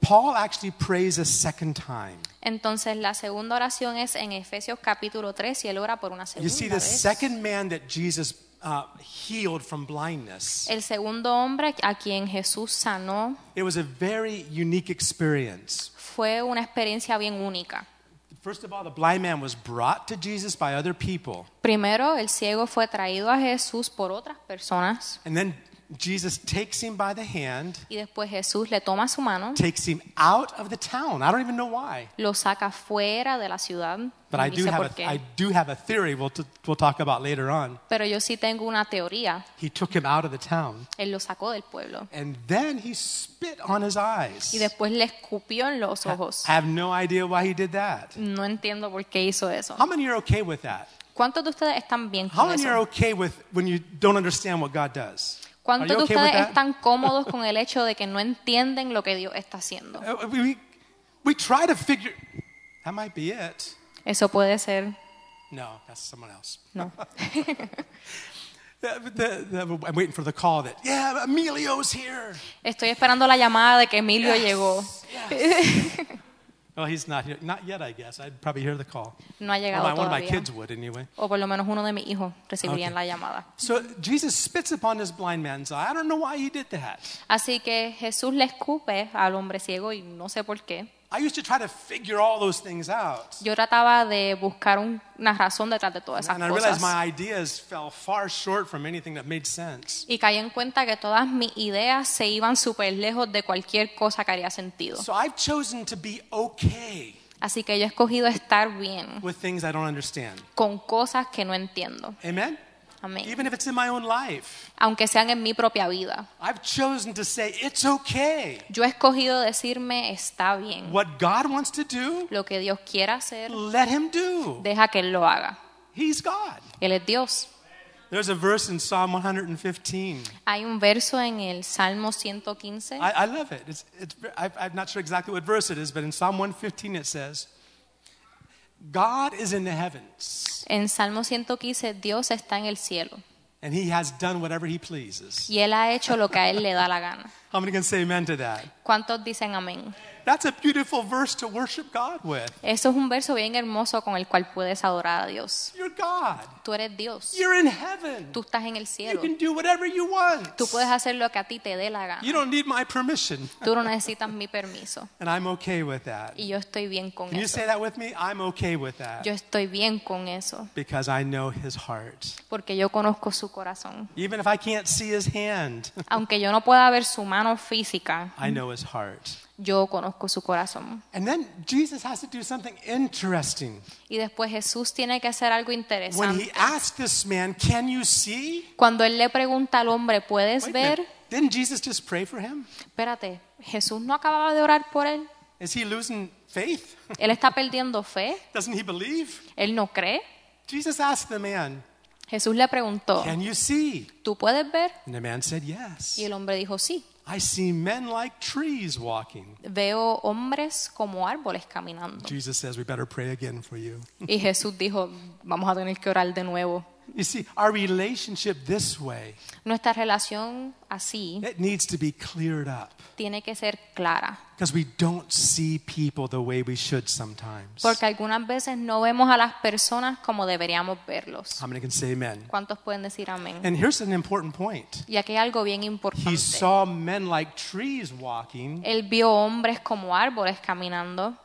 Speaker 1: Paul actually prays a second time.
Speaker 2: Entonces la segunda oración es en Efesios capítulo 3 y él ora por una
Speaker 1: You
Speaker 2: segunda
Speaker 1: see, the
Speaker 2: vez.
Speaker 1: second man that Jesus uh, healed from blindness,
Speaker 2: El segundo hombre a quien Jesús sanó
Speaker 1: it was a very unique experience.
Speaker 2: fue una experiencia bien única.
Speaker 1: First of all, the blind man was brought to Jesus by other people.
Speaker 2: Primero, el ciego fue traído a Jesús por otras personas
Speaker 1: And then Jesus takes him by the hand,
Speaker 2: y después Jesús le toma su mano,
Speaker 1: takes him out of the town. I don't even know why.
Speaker 2: lo saca fuera de la ciudad.
Speaker 1: But
Speaker 2: no
Speaker 1: I do
Speaker 2: sé
Speaker 1: have
Speaker 2: por
Speaker 1: a,
Speaker 2: qué.
Speaker 1: I do have a theory we'll, t- we'll talk about later on.
Speaker 2: Pero yo sí tengo una teoría.
Speaker 1: He took him out of the town.
Speaker 2: Él lo sacó del pueblo
Speaker 1: And then he spit on his eyes.
Speaker 2: y después le escupió en los ojos.
Speaker 1: I have no idea why he did that.
Speaker 2: No entiendo por qué hizo eso.
Speaker 1: How many are okay with that?
Speaker 2: ¿Cuántos de ustedes están bien
Speaker 1: How
Speaker 2: con
Speaker 1: many are
Speaker 2: eso?
Speaker 1: okay with when you don't understand what God does? Are
Speaker 2: ¿Cuántos
Speaker 1: you
Speaker 2: de
Speaker 1: okay with
Speaker 2: ustedes
Speaker 1: that?
Speaker 2: están cómodos con el hecho de que no entienden lo que Dios está haciendo?
Speaker 1: Uh, we, we, we try to figure. That might be it.
Speaker 2: Eso puede ser,
Speaker 1: No, that's someone else. <laughs>
Speaker 2: no.
Speaker 1: The- the- the- I'm waiting for the call that, yeah, Emilio's here.
Speaker 2: Estoy esperando la llamada de que Emilio
Speaker 1: Yes,
Speaker 2: llegó. <laughs>
Speaker 1: Well, he's not here. Not yet, I guess. I'd probably hear the call.
Speaker 2: No ha
Speaker 1: Well,
Speaker 2: llegado
Speaker 1: my- one of my
Speaker 2: todavía.
Speaker 1: kids would, anyway.
Speaker 2: O por lo menos uno de mis hijos recibirían
Speaker 1: Ok.
Speaker 2: la llamada.
Speaker 1: So Jesus spits upon this blind man's eye. I don't know why he did that.
Speaker 2: Así que Jesús le escupe al hombre ciego y no sé por qué.
Speaker 1: I used to try to figure all those things out.
Speaker 2: Yo trataba de buscar un- una razón detrás de todas esas
Speaker 1: And I realized my
Speaker 2: cosas.
Speaker 1: ideas fell far short from anything that made sense.
Speaker 2: Y caí en cuenta que todas mis ideas se iban súper lejos de cualquier cosa que haría sentido.
Speaker 1: So I've chosen to be okay
Speaker 2: Así que yo he escogido estar bien
Speaker 1: with things I don't understand.
Speaker 2: con cosas que no entiendo.
Speaker 1: Amen?
Speaker 2: Amén.
Speaker 1: Even if it's in my own life.
Speaker 2: Aunque sean en mi propia vida.
Speaker 1: I've chosen to say, it's okay.
Speaker 2: Yo he escogido decirme está bien.
Speaker 1: What God wants to do,
Speaker 2: Lo que Dios quiera hacer,
Speaker 1: let him do.
Speaker 2: deja que Él lo haga.
Speaker 1: He's God.
Speaker 2: Él es Dios.
Speaker 1: There's a verse in Psalm 115.
Speaker 2: Hay un verso en el Salmo 115.
Speaker 1: I, I love it. It's, it's, I, I'm not sure exactly what verse it is, but in Psalm 115 it says, God is in the heavens,
Speaker 2: En Salmo 115, Dios está en el cielo
Speaker 1: and he has done whatever he pleases.
Speaker 2: y Él ha hecho lo que a Él le da la gana.
Speaker 1: How many can say amen to that?
Speaker 2: ¿Cuántos dicen amén?
Speaker 1: That's a beautiful verse to worship God with.
Speaker 2: Eso es un verso bien hermoso con el cual puedes adorar a Dios.
Speaker 1: You're God.
Speaker 2: Tú eres Dios.
Speaker 1: You're in heaven.
Speaker 2: Tú estás en el
Speaker 1: You
Speaker 2: cielo.
Speaker 1: can do whatever you want.
Speaker 2: Tú puedes hacer lo que a ti te dé la
Speaker 1: You
Speaker 2: gana.
Speaker 1: don't need my permission.
Speaker 2: Tú no necesitas mi permiso.
Speaker 1: And I'm okay with that.
Speaker 2: Y yo estoy bien con
Speaker 1: Can you
Speaker 2: eso.
Speaker 1: say that with me? I'm okay with that.
Speaker 2: Yo estoy bien con eso.
Speaker 1: Because I know his heart.
Speaker 2: Porque yo conozco su corazón.
Speaker 1: Even if I can't see his hand, <laughs>
Speaker 2: Aunque yo no pueda ver su mano física,
Speaker 1: I know his heart.
Speaker 2: yo conozco su corazón.
Speaker 1: And then Jesus has to do something interesting.
Speaker 2: Y después Jesús tiene que hacer algo
Speaker 1: When
Speaker 2: interesante.
Speaker 1: he asked this man, Can you see?
Speaker 2: Cuando él le pregunta al hombre,
Speaker 1: Wait
Speaker 2: ¿puedes
Speaker 1: a minute.
Speaker 2: ver?
Speaker 1: Didn't Jesus just pray for him?
Speaker 2: Espérate, Jesús no acababa de orar por él.
Speaker 1: Is he losing faith? <laughs>
Speaker 2: Él está perdiendo fe,
Speaker 1: Doesn't he believe?
Speaker 2: él no cree.
Speaker 1: Jesus asked the man,
Speaker 2: Jesús le preguntó,
Speaker 1: Can you see?
Speaker 2: ¿tú puedes ver?
Speaker 1: And the man said, Yes.
Speaker 2: Y el hombre dijo, sí,
Speaker 1: I see men like trees walking.
Speaker 2: veo hombres como árboles caminando.
Speaker 1: Jesus says, We better pray again for you.
Speaker 2: Y Jesús dijo, vamos a tener que orar de nuevo.
Speaker 1: You see, our relationship this way,
Speaker 2: Nuestra relación así
Speaker 1: it needs to be cleared up
Speaker 2: tiene que ser clara,
Speaker 1: because we don't see people the way we should sometimes.
Speaker 2: porque algunas veces no vemos a las personas como deberíamos verlos.
Speaker 1: How many can say amen?
Speaker 2: ¿Cuántos pueden decir amén?
Speaker 1: And here's an important point.
Speaker 2: Y aquí hay algo bien
Speaker 1: He
Speaker 2: importante.
Speaker 1: saw men like trees walking.
Speaker 2: Él vio hombres como árboles caminando.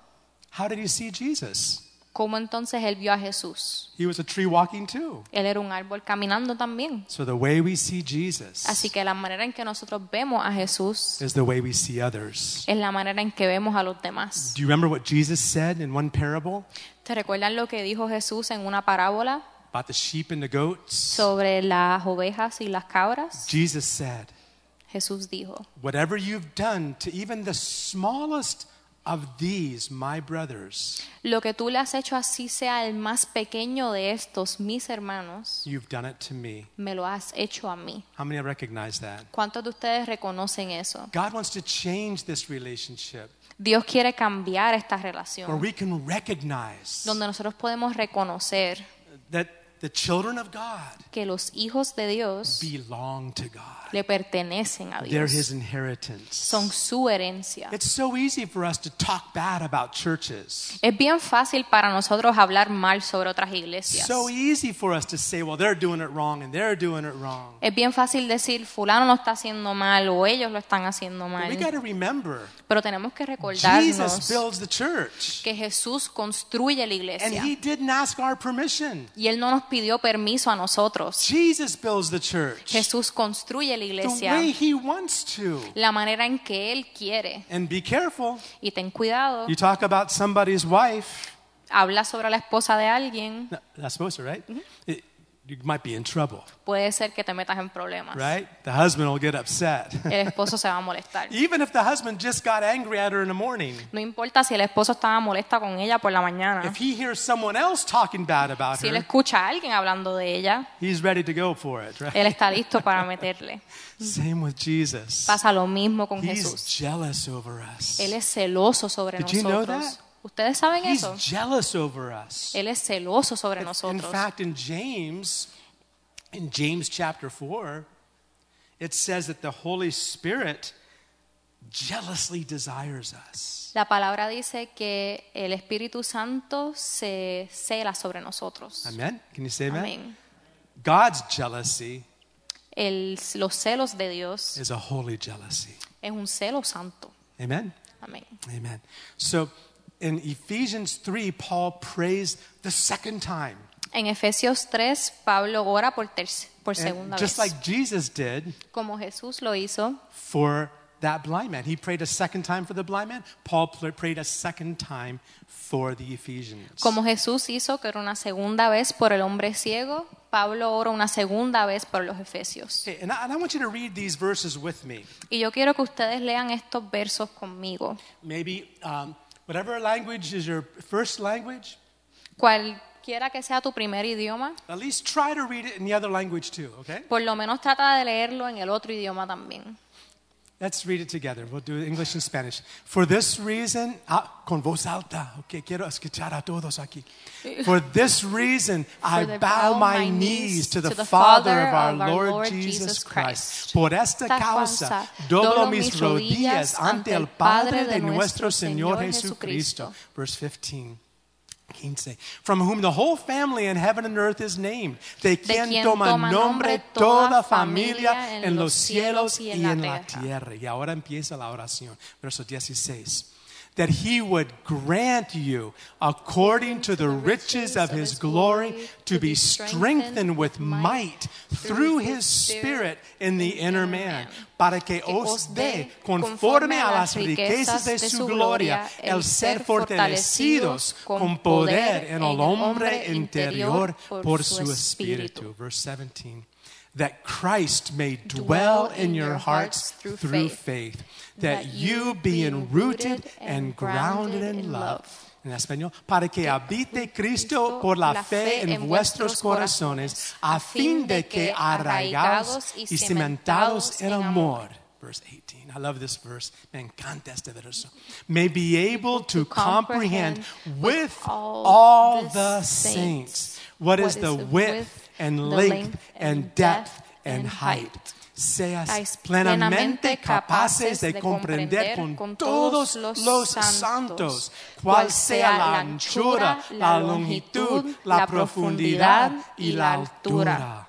Speaker 1: How did he see Jesus?
Speaker 2: cómo entonces él vio a Jesús.
Speaker 1: He was a tree walking too.
Speaker 2: Él era un árbol caminando también.
Speaker 1: So the way we see Jesus
Speaker 2: Así que la manera en que nosotros vemos a Jesús
Speaker 1: is the way we see others.
Speaker 2: es la manera en que vemos a los demás.
Speaker 1: Do you remember what Jesus said in one parable
Speaker 2: ¿Te recuerdan lo que dijo Jesús en una parábola
Speaker 1: about the sheep and the goats?
Speaker 2: sobre las ovejas y las cabras?
Speaker 1: Jesus said,
Speaker 2: Jesús dijo,
Speaker 1: Whatever you've done to even the smallest of these, my brothers,
Speaker 2: lo que tú le has hecho así sea el más pequeño de estos, mis hermanos,
Speaker 1: you've done it to me.
Speaker 2: me lo has hecho a mí.
Speaker 1: How many recognize that?
Speaker 2: ¿Cuántos de ustedes reconocen eso?
Speaker 1: God wants to change this relationship
Speaker 2: Dios quiere cambiar esta
Speaker 1: where
Speaker 2: relación,
Speaker 1: we can recognize
Speaker 2: donde nosotros podemos reconocer
Speaker 1: that the children of God
Speaker 2: que los hijos de Dios
Speaker 1: belong to God.
Speaker 2: le pertenecen a
Speaker 1: They're his
Speaker 2: Dios, son
Speaker 1: inheritance.
Speaker 2: su herencia.
Speaker 1: It's so easy for us to talk bad about churches.
Speaker 2: Es bien fácil para nosotros hablar mal sobre otras iglesias.
Speaker 1: So easy for us to say, well, they're doing it wrong and they're doing it wrong.
Speaker 2: Es bien fácil decir, fulano lo está haciendo mal o ellos lo están haciendo
Speaker 1: But we
Speaker 2: mal.
Speaker 1: got to remember,
Speaker 2: Pero tenemos que
Speaker 1: Jesus
Speaker 2: recordarnos
Speaker 1: builds the church.
Speaker 2: que Jesús construye
Speaker 1: And
Speaker 2: la iglesia
Speaker 1: he didn't ask our permission.
Speaker 2: y Él no nos pidió permiso a nosotros.
Speaker 1: Jesus builds the church
Speaker 2: Jesús construye la
Speaker 1: the
Speaker 2: iglesia
Speaker 1: way he wants to.
Speaker 2: la manera en que Él quiere.
Speaker 1: And be careful.
Speaker 2: Y ten cuidado,
Speaker 1: You talk about somebody's wife.
Speaker 2: habla sobre la esposa de alguien,
Speaker 1: No, That's supposed to, right? It- you might be in trouble,
Speaker 2: puede ser que te metas en problemas.
Speaker 1: right? The husband will get upset.
Speaker 2: El esposo se va a molestar.
Speaker 1: <laughs> Even if the husband just got angry at her in the morning,
Speaker 2: No importa si el esposo estaba molesta con ella por la mañana.
Speaker 1: if he hears someone else talking bad about
Speaker 2: Si él
Speaker 1: her,
Speaker 2: escucha a alguien hablando de ella,
Speaker 1: he's ready to go for it, right?
Speaker 2: él está listo para
Speaker 1: <laughs>
Speaker 2: meterle.
Speaker 1: Mm-hmm. Same with Jesus.
Speaker 2: Pasa lo mismo con
Speaker 1: He's
Speaker 2: Jesús.
Speaker 1: jealous over us.
Speaker 2: Él es celoso sobre
Speaker 1: Did you know
Speaker 2: nosotros.
Speaker 1: that?
Speaker 2: ¿Ustedes saben
Speaker 1: He's
Speaker 2: eso?
Speaker 1: jealous over us.
Speaker 2: Él es celoso sobre
Speaker 1: In
Speaker 2: nosotros.
Speaker 1: fact, in James, in James chapter 4, it says that the Holy Spirit jealously desires us.
Speaker 2: La palabra dice que el Espíritu Santo se cela sobre nosotros.
Speaker 1: Amen? Can you say amen?
Speaker 2: Amén.
Speaker 1: God's jealousy
Speaker 2: El- los celos de Dios
Speaker 1: is a holy jealousy.
Speaker 2: es un celo santo.
Speaker 1: Amen?
Speaker 2: Amén.
Speaker 1: Amen. So in Ephesians 3, Paul prays the second time.
Speaker 2: En Efesios 3, Pablo ora por, terc- por
Speaker 1: And
Speaker 2: segunda
Speaker 1: just
Speaker 2: vez.
Speaker 1: like Jesus did
Speaker 2: Como Jesús lo hizo,
Speaker 1: for that blind man. He prayed a second time for the blind man. Paul pl- prayed a second time for the Ephesians.
Speaker 2: como Jesús hizo que era una segunda vez por el hombre ciego, Pablo ora una segunda vez por los efesios.
Speaker 1: Okay, and I, and I want you to read these verses with me.
Speaker 2: Y yo quiero que ustedes lean estos versos conmigo.
Speaker 1: Maybe um, whatever language is your first language,
Speaker 2: Cualquiera que sea tu primer idioma,
Speaker 1: at least try to read it in the other language too, okay?
Speaker 2: por lo menos trata de leerlo en el otro idioma también.
Speaker 1: Let's read it together. We'll do English and Spanish. For this reason, ah, con voz alta, okay, quiero escuchar a todos aquí. For this <laughs> reason, I
Speaker 2: For the
Speaker 1: bow
Speaker 2: bow
Speaker 1: my
Speaker 2: my
Speaker 1: knees
Speaker 2: knees
Speaker 1: to the,
Speaker 2: to the
Speaker 1: Father
Speaker 2: Father
Speaker 1: of our
Speaker 2: of our
Speaker 1: Lord,
Speaker 2: Lord
Speaker 1: Jesus
Speaker 2: Jesus
Speaker 1: Christ.
Speaker 2: Christ.
Speaker 1: Por esta
Speaker 2: Esta
Speaker 1: causa,
Speaker 2: causa,
Speaker 1: doblo
Speaker 2: doblo
Speaker 1: mis
Speaker 2: mis
Speaker 1: rodillas
Speaker 2: rodillas
Speaker 1: ante el Padre de nuestro Señor Jesucristo.
Speaker 2: Jesucristo.
Speaker 1: Verse 15. 15. From whom the whole family in heaven and earth is named, de quien,
Speaker 2: quien
Speaker 1: toma,
Speaker 2: toma
Speaker 1: nombre
Speaker 2: nombre
Speaker 1: toda
Speaker 2: toda
Speaker 1: familia
Speaker 2: familia
Speaker 1: en los cielos y en la
Speaker 2: tierra.
Speaker 1: tierra. Y ahora empieza la oración, verso 16. That he would grant you, according to the riches of his glory, to be strengthened with might through his spirit in the inner man, para que os dé, conforme a las riquezas de su gloria, el ser fortalecidos con poder en el hombre interior por su espíritu. Verse 17. That Christ may dwell in your hearts through faith, that you being rooted and grounded in love. En español, para que habite Cristo por la fe en vuestros corazones, a fin de que arraigados y cimentados en amor. Verse 18. I love this verse. Me encanta este verso. May be able to comprehend with all the saints what is the width and length and depth and height. Seas plenamente capaces de comprender con todos los santos cuál sea la anchura, la longitud, la profundidad y la altura.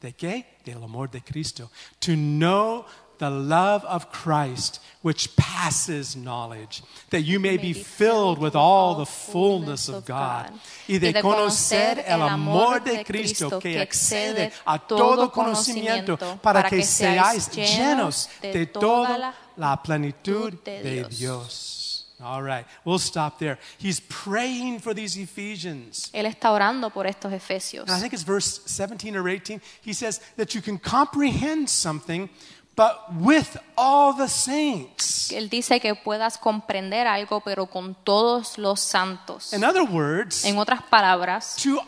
Speaker 1: ¿De qué? Del amor de Cristo. To know the love of Christ, which passes knowledge, that you may be filled with all the fullness of God. Y de conocer el amor de Cristo que excede a todo conocimiento, para que seáis llenos de toda la plenitud de Dios. All right, we'll stop there. He's praying for these Ephesians.
Speaker 2: Él está orando por estos efesios.
Speaker 1: And I think it's verse 17 or 18. He says that you can comprehend something, but with all the saints.
Speaker 2: Él dice que puedas comprender algo, pero con todos los santos.
Speaker 1: In other words,
Speaker 2: En otras palabras,
Speaker 1: to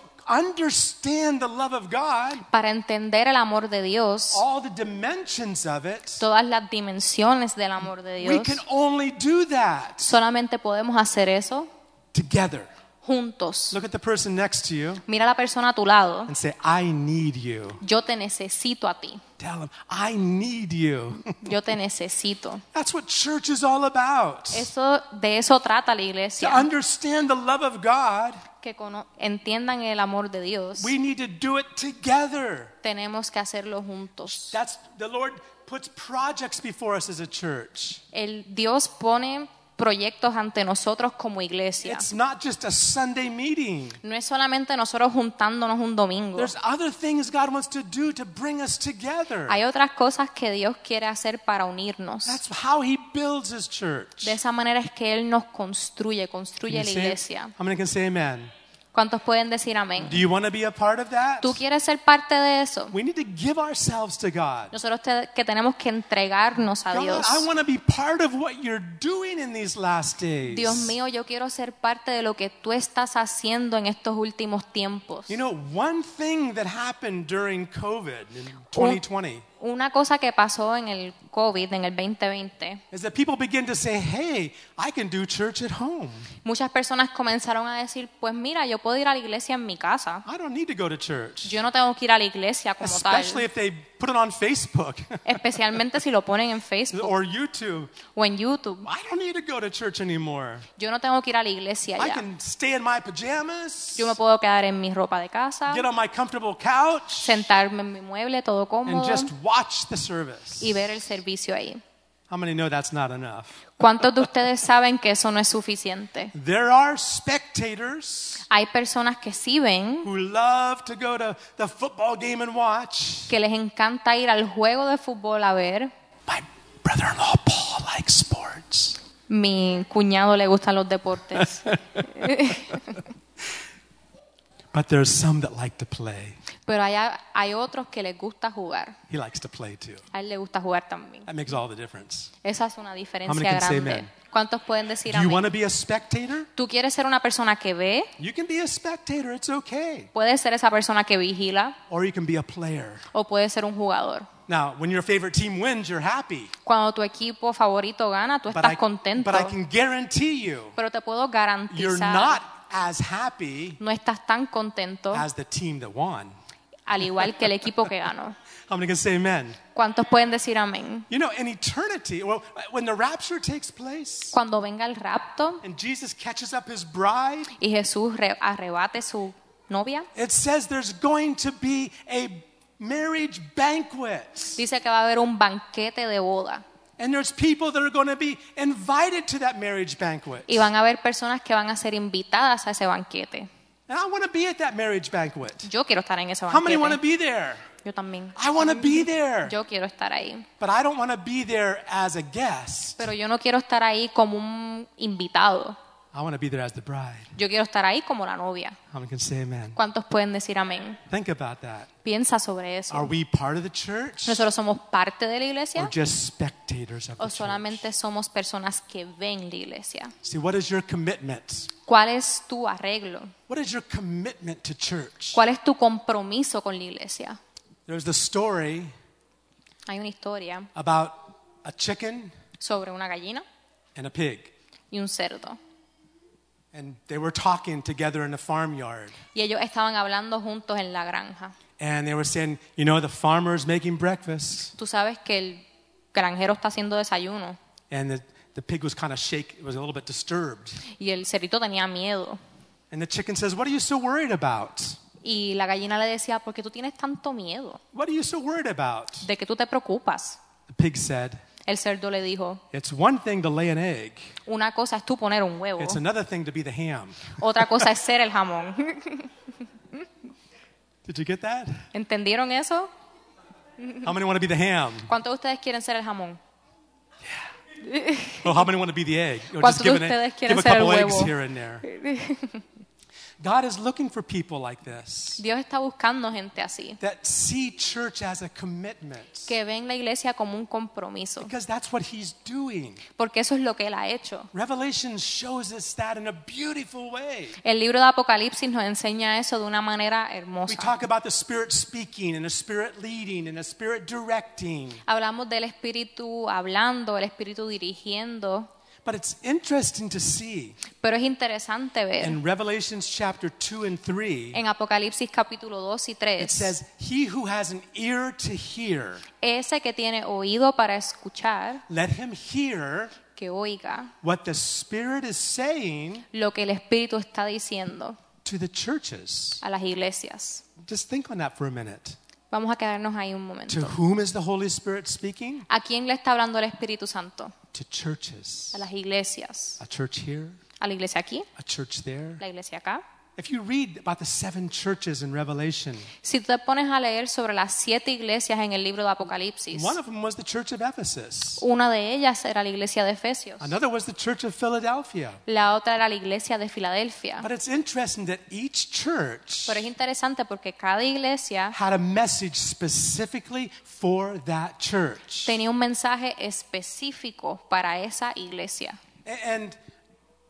Speaker 1: understand the love of God,
Speaker 2: para entender el amor de Dios,
Speaker 1: all the dimensions of it,
Speaker 2: todas las dimensiones del amor de
Speaker 1: we can
Speaker 2: Dios,
Speaker 1: only do that
Speaker 2: solamente podemos hacer eso
Speaker 1: together.
Speaker 2: juntos.
Speaker 1: Look at the person next to you
Speaker 2: Mira a la persona a tu lado.
Speaker 1: and say, I need you.
Speaker 2: Yo te necesito a ti.
Speaker 1: Tell him, I need you. <laughs>
Speaker 2: Yo te necesito.
Speaker 1: That's what church is all about.
Speaker 2: Eso, de eso trata la
Speaker 1: To
Speaker 2: iglesia.
Speaker 1: understand the love of God,
Speaker 2: Que cono- entiendan el amor de Dios.
Speaker 1: we need to do it together.
Speaker 2: Tenemos que hacerlo juntos.
Speaker 1: That's the Lord puts projects before us as a church.
Speaker 2: El Dios pone proyectos ante nosotros como iglesia.
Speaker 1: It's not just a Sunday meeting.
Speaker 2: No es solamente nosotros juntándonos un domingo.
Speaker 1: There's other things God wants to do to bring us together.
Speaker 2: Hay otras cosas que Dios quiere hacer para unirnos.
Speaker 1: That's how He builds His church.
Speaker 2: De esa manera es que Él nos construye,
Speaker 1: Can you
Speaker 2: construye la
Speaker 1: say-
Speaker 2: iglesia.
Speaker 1: How many can say amen?
Speaker 2: ¿Cuántos pueden decir amén?
Speaker 1: Do you want to be a part of that?
Speaker 2: ¿Tú quieres ser parte de eso?
Speaker 1: We need to give ourselves to God.
Speaker 2: Nosotros te- que tenemos que entregarnos a
Speaker 1: God,
Speaker 2: Dios.
Speaker 1: I want to be part of what you're doing in these last days.
Speaker 2: Dios mío, yo quiero ser parte de lo que tú estás haciendo en estos últimos tiempos.
Speaker 1: You know, one thing that happened during COVID in 2020
Speaker 2: Una cosa que pasó en el COVID, en el 2020,
Speaker 1: is that people begin to say, hey, I can do church at home.
Speaker 2: muchas personas comenzaron a decir, pues mira, yo puedo ir a la iglesia en mi casa.
Speaker 1: I don't need to go to church.
Speaker 2: Yo no tengo que ir a la iglesia como tal.
Speaker 1: Especially if they put it on Facebook <laughs>
Speaker 2: Especialmente si lo ponen en Facebook
Speaker 1: or YouTube.
Speaker 2: o en YouTube.
Speaker 1: I don't need to go to church anymore.
Speaker 2: Yo no tengo que ir a la iglesia
Speaker 1: I
Speaker 2: ya.
Speaker 1: can stay in my pajamas,
Speaker 2: Yo me puedo quedar en mi ropa de casa,
Speaker 1: get on my comfortable couch,
Speaker 2: sentarme en mi mueble todo
Speaker 1: and
Speaker 2: cómodo
Speaker 1: just watch the service.
Speaker 2: y ver el servicio ahí.
Speaker 1: How many know that's not enough?
Speaker 2: ¿Cuántos de ustedes saben que eso no es suficiente?
Speaker 1: There are spectators
Speaker 2: Hay personas que sí ven,
Speaker 1: who love to go to the football game and watch.
Speaker 2: que les encanta ir al juego de fútbol a ver.
Speaker 1: My brother in law, Paul, likes sports.
Speaker 2: Mi cuñado le gustan
Speaker 1: <laughs>
Speaker 2: los deportes,
Speaker 1: But there's some that like to play.
Speaker 2: pero hay, hay otros que les gusta jugar.
Speaker 1: He likes to play too.
Speaker 2: A él le gusta jugar también.
Speaker 1: That makes all the difference.
Speaker 2: Esa es una diferencia
Speaker 1: can say
Speaker 2: grande.
Speaker 1: amen?
Speaker 2: ¿Cuántos pueden decir
Speaker 1: Do you want
Speaker 2: amén?
Speaker 1: to be a spectator?
Speaker 2: Tú quieres ser una persona que ve,
Speaker 1: You can be a spectator, it's okay.
Speaker 2: puedes ser esa persona que vigila
Speaker 1: Or you can be a player.
Speaker 2: o puedes ser un jugador.
Speaker 1: Now, when your favorite team wins, you're happy.
Speaker 2: Cuando tu equipo favorito gana, tú
Speaker 1: But I,
Speaker 2: estás contento,
Speaker 1: but I can guarantee you,
Speaker 2: pero te puedo
Speaker 1: you're
Speaker 2: garantizar
Speaker 1: not as happy
Speaker 2: no estás tan contento
Speaker 1: as the team that won.
Speaker 2: al igual que el equipo que ganó.
Speaker 1: How many can say amen?
Speaker 2: ¿Cuántos pueden decir amén?
Speaker 1: You know, in eternity, well, when the rapture takes place
Speaker 2: Cuando venga el rapto
Speaker 1: and Jesus catches up his bride,
Speaker 2: y Jesús re- arrebate su novia,
Speaker 1: it says there's going to be a marriage banquet.
Speaker 2: dice que va a haber un banquete de boda
Speaker 1: And there's people that are going to be invited to that marriage banquet.
Speaker 2: y van a haber personas que van a ser invitadas a ese banquete.
Speaker 1: And I want to be at that marriage banquet.
Speaker 2: Yo quiero estar en ese
Speaker 1: How many want to be
Speaker 2: banquete.
Speaker 1: there?
Speaker 2: Yo también.
Speaker 1: I want to be there.
Speaker 2: Yo quiero estar ahí.
Speaker 1: But I don't want to be there as a guest.
Speaker 2: Pero yo no quiero estar ahí como un invitado.
Speaker 1: I want to be there as the bride.
Speaker 2: Yo quiero estar ahí como la novia.
Speaker 1: How many can say amen?
Speaker 2: ¿Cuántos pueden decir amén?
Speaker 1: Think about that.
Speaker 2: Piensa sobre eso.
Speaker 1: Are we part of the church
Speaker 2: ¿Nosotros somos parte de la
Speaker 1: or
Speaker 2: iglesia
Speaker 1: just spectators of the
Speaker 2: o
Speaker 1: church?
Speaker 2: solamente somos personas que ven la iglesia?
Speaker 1: See, what is your commitment?
Speaker 2: ¿Cuál es tu arreglo?
Speaker 1: What is your commitment to church?
Speaker 2: ¿Cuál es tu compromiso con la iglesia?
Speaker 1: There's the story
Speaker 2: Hay una historia
Speaker 1: about a chicken
Speaker 2: sobre una gallina
Speaker 1: and a pig.
Speaker 2: y un cerdo.
Speaker 1: And they were talking together in the farmyard.
Speaker 2: Y ellos estaban hablando juntos en la granja.
Speaker 1: And they were saying, you know, the farmer's making breakfast.
Speaker 2: Tú sabes que el granjero está haciendo desayuno
Speaker 1: And the, the pig was kind of shake, was a little bit disturbed.
Speaker 2: y el cerrito tenía miedo.
Speaker 1: And the chicken says, What are you so worried about?
Speaker 2: Y la gallina le decía, ¿por qué tú tienes tanto miedo?
Speaker 1: What are you so worried about?
Speaker 2: ¿De qué tú te preocupas?
Speaker 1: The pig said,
Speaker 2: El cerdo le dijo,
Speaker 1: It's one thing to lay an egg,
Speaker 2: una cosa es tú poner un huevo,
Speaker 1: it's another thing to be the ham.
Speaker 2: otra cosa es ser el jamón.
Speaker 1: Did you get that?
Speaker 2: ¿Entendieron eso?
Speaker 1: How many want to be the ham?
Speaker 2: ¿Cuántos de ustedes quieren ser el jamón?
Speaker 1: Or how many want to be the egg? Or
Speaker 2: ¿Cuántos
Speaker 1: just
Speaker 2: de
Speaker 1: give, an
Speaker 2: ustedes
Speaker 1: egg,
Speaker 2: quieren
Speaker 1: give a
Speaker 2: ser el
Speaker 1: couple eggs
Speaker 2: huevo?
Speaker 1: here and there.
Speaker 2: <laughs>
Speaker 1: God is looking for people like this
Speaker 2: Dios está buscando gente así,
Speaker 1: that see church as a commitment
Speaker 2: que ven la iglesia como un compromiso,
Speaker 1: because that's what He's doing.
Speaker 2: porque eso es lo que Él ha hecho.
Speaker 1: Revelation shows us that in a beautiful way.
Speaker 2: El libro de Apocalipsis nos enseña eso de una manera
Speaker 1: We
Speaker 2: hermosa.
Speaker 1: talk about the Spirit speaking and the Spirit leading and the Spirit directing.
Speaker 2: Hablamos del espíritu hablando, el espíritu dirigiendo,
Speaker 1: But it's interesting to see
Speaker 2: pero es interesante ver
Speaker 1: in Revelations chapter 2 and 3,
Speaker 2: en Apocalipsis capítulo 2 y
Speaker 1: it
Speaker 2: 3,
Speaker 1: says, He who has an ear to hear,
Speaker 2: ese que tiene oído para escuchar,
Speaker 1: let him hear
Speaker 2: que oiga
Speaker 1: what the Spirit is saying
Speaker 2: lo que el espíritu está diciendo
Speaker 1: to the churches.
Speaker 2: a las iglesias.
Speaker 1: Just think on that for a minute.
Speaker 2: Vamos a quedarnos ahí un
Speaker 1: To
Speaker 2: momento.
Speaker 1: whom is the Holy Spirit speaking?
Speaker 2: ¿A quién le está hablando el Espíritu Santo?
Speaker 1: To churches.
Speaker 2: A las iglesias.
Speaker 1: A church here,
Speaker 2: A la iglesia aquí,
Speaker 1: a church there.
Speaker 2: la iglesia acá.
Speaker 1: If you read about the seven churches in Revelation,
Speaker 2: Si tú te pones a leer sobre las siete iglesias en el libro de Apocalipsis,
Speaker 1: one of them was the church of Ephesus,
Speaker 2: una de ellas era la iglesia de Efesios,
Speaker 1: another was the church of Philadelphia.
Speaker 2: la otra era la iglesia de Filadelfia.
Speaker 1: But it's interesting that each church
Speaker 2: Pero es interesante porque cada iglesia
Speaker 1: had a message specifically for that church.
Speaker 2: tenía un mensaje específico para esa iglesia.
Speaker 1: And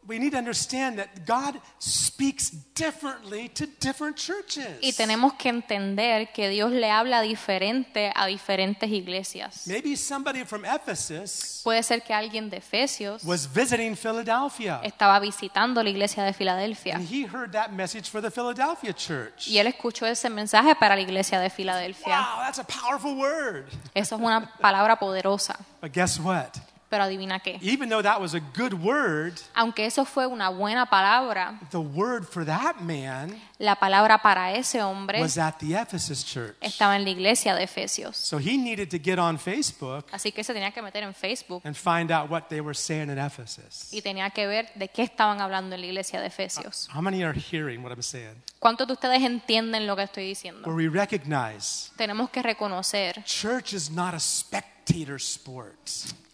Speaker 1: we need to understand that God speaks differently to different churches.
Speaker 2: Y tenemos que entender que Dios le habla diferente a diferentes iglesias.
Speaker 1: Maybe somebody from Ephesus
Speaker 2: Puede ser que alguien de Efesios
Speaker 1: was visiting Philadelphia.
Speaker 2: estaba visitando la iglesia de Filadelfia
Speaker 1: And he heard that message for the Philadelphia church.
Speaker 2: y él escuchó ese mensaje para la iglesia de Filadelfia.
Speaker 1: Wow, that's a powerful word.
Speaker 2: Eso es una palabra poderosa,
Speaker 1: But guess what?
Speaker 2: pero adivina qué.
Speaker 1: Even though that was a good word,
Speaker 2: Aunque eso fue una buena palabra,
Speaker 1: the word for that man
Speaker 2: la palabra para ese hombre
Speaker 1: was at the Ephesus church.
Speaker 2: estaba en la iglesia de Efesios.
Speaker 1: So he needed to get on Facebook
Speaker 2: Así que se tenía que meter en Facebook
Speaker 1: and find out what they were saying in Ephesus.
Speaker 2: y tenía que ver de qué estaban hablando en la iglesia de Efesios.
Speaker 1: How many are hearing what I'm saying?
Speaker 2: ¿Cuántos de ustedes entienden lo que estoy
Speaker 1: Where
Speaker 2: diciendo?
Speaker 1: we recognize
Speaker 2: Tenemos que reconocer,
Speaker 1: church is not a spectator sport.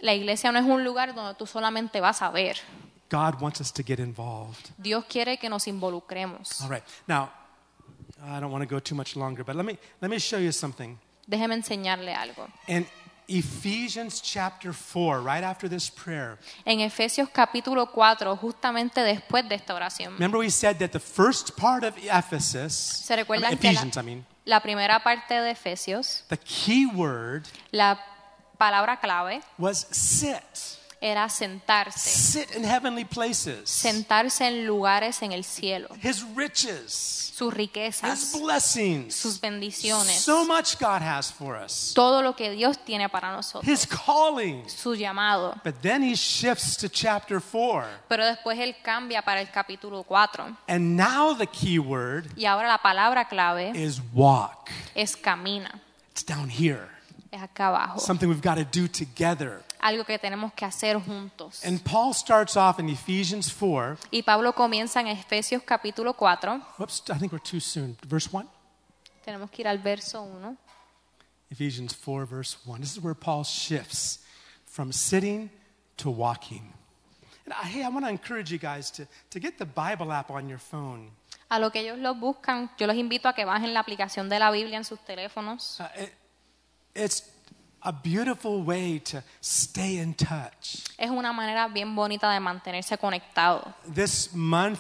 Speaker 2: la iglesia no es un lugar donde tú solamente vas a ver.
Speaker 1: God wants us to get involved.
Speaker 2: Dios quiere que nos involucremos.
Speaker 1: All right. Now, I don't want to go too much longer, but let me let me show you something.
Speaker 2: Déjeme enseñarle algo.
Speaker 1: In Ephesians chapter 4, right after this prayer.
Speaker 2: En Efesios capítulo 4, justamente después de esta oración,
Speaker 1: Remember we said that the first part of Ephesus,
Speaker 2: se
Speaker 1: I mean,
Speaker 2: recuerdan que la,
Speaker 1: Ephesians, I mean,
Speaker 2: la primera parte de Efesios,
Speaker 1: the key word
Speaker 2: la palabra clave
Speaker 1: was sit.
Speaker 2: era sentarse,
Speaker 1: Sit in heavenly places.
Speaker 2: sentarse en lugares en el cielo,
Speaker 1: His riches,
Speaker 2: sus
Speaker 1: his
Speaker 2: riquezas,
Speaker 1: blessings.
Speaker 2: sus bendiciones,
Speaker 1: So much God has for us.
Speaker 2: todo lo que Dios tiene para nosotros,
Speaker 1: His callings.
Speaker 2: su llamado.
Speaker 1: But then he shifts to chapter 4.
Speaker 2: Pero después él cambia para el capítulo 4.
Speaker 1: And now the key word
Speaker 2: Y ahora la palabra clave
Speaker 1: is walk.
Speaker 2: es camina,
Speaker 1: It's down here.
Speaker 2: es acá abajo,
Speaker 1: Something we've got to do together.
Speaker 2: algo que tenemos que hacer juntos.
Speaker 1: And Paul starts off in Ephesians 4.
Speaker 2: Y Pablo comienza en Efesios capítulo 4.
Speaker 1: Whoops, I think we're too soon. Verse 1.
Speaker 2: Tenemos que ir al verso 1.
Speaker 1: Ephesians 4, verse 1. This is where Paul shifts from sitting to walking. And I, hey, I want to encourage you guys to, to get the Bible app on your phone.
Speaker 2: A lo que ellos lo buscan, yo los invito a que bajen la aplicación de la Biblia en sus teléfonos.
Speaker 1: Uh, it- it's a beautiful way to stay in touch.
Speaker 2: Es una manera bien bonita de mantenerse conectado.
Speaker 1: This month,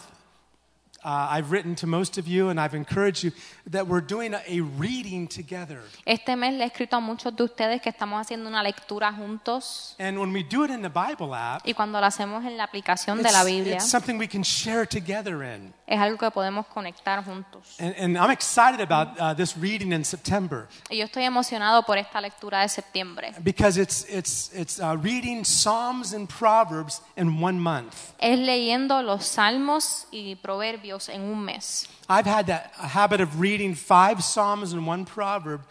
Speaker 1: uh, I've written to most of you and I've encouraged you that we're doing a, a reading together.
Speaker 2: Este mes le he escrito a muchos de ustedes que estamos haciendo una lectura juntos
Speaker 1: And when we do it in the Bible app,
Speaker 2: y cuando la hacemos en la aplicación de
Speaker 1: it's,
Speaker 2: la Biblia
Speaker 1: it's something we can share together in.
Speaker 2: es algo que podemos conectar juntos.
Speaker 1: And, and I'm excited about uh, this reading in September
Speaker 2: Y yo estoy emocionado por esta lectura de septiembre.
Speaker 1: because it's, it's, it's uh, reading Psalms and Proverbs in one month.
Speaker 2: Es leyendo los salmos y proverbios en un mes.
Speaker 1: I've had that a habit of reading five Psalms and one Proverb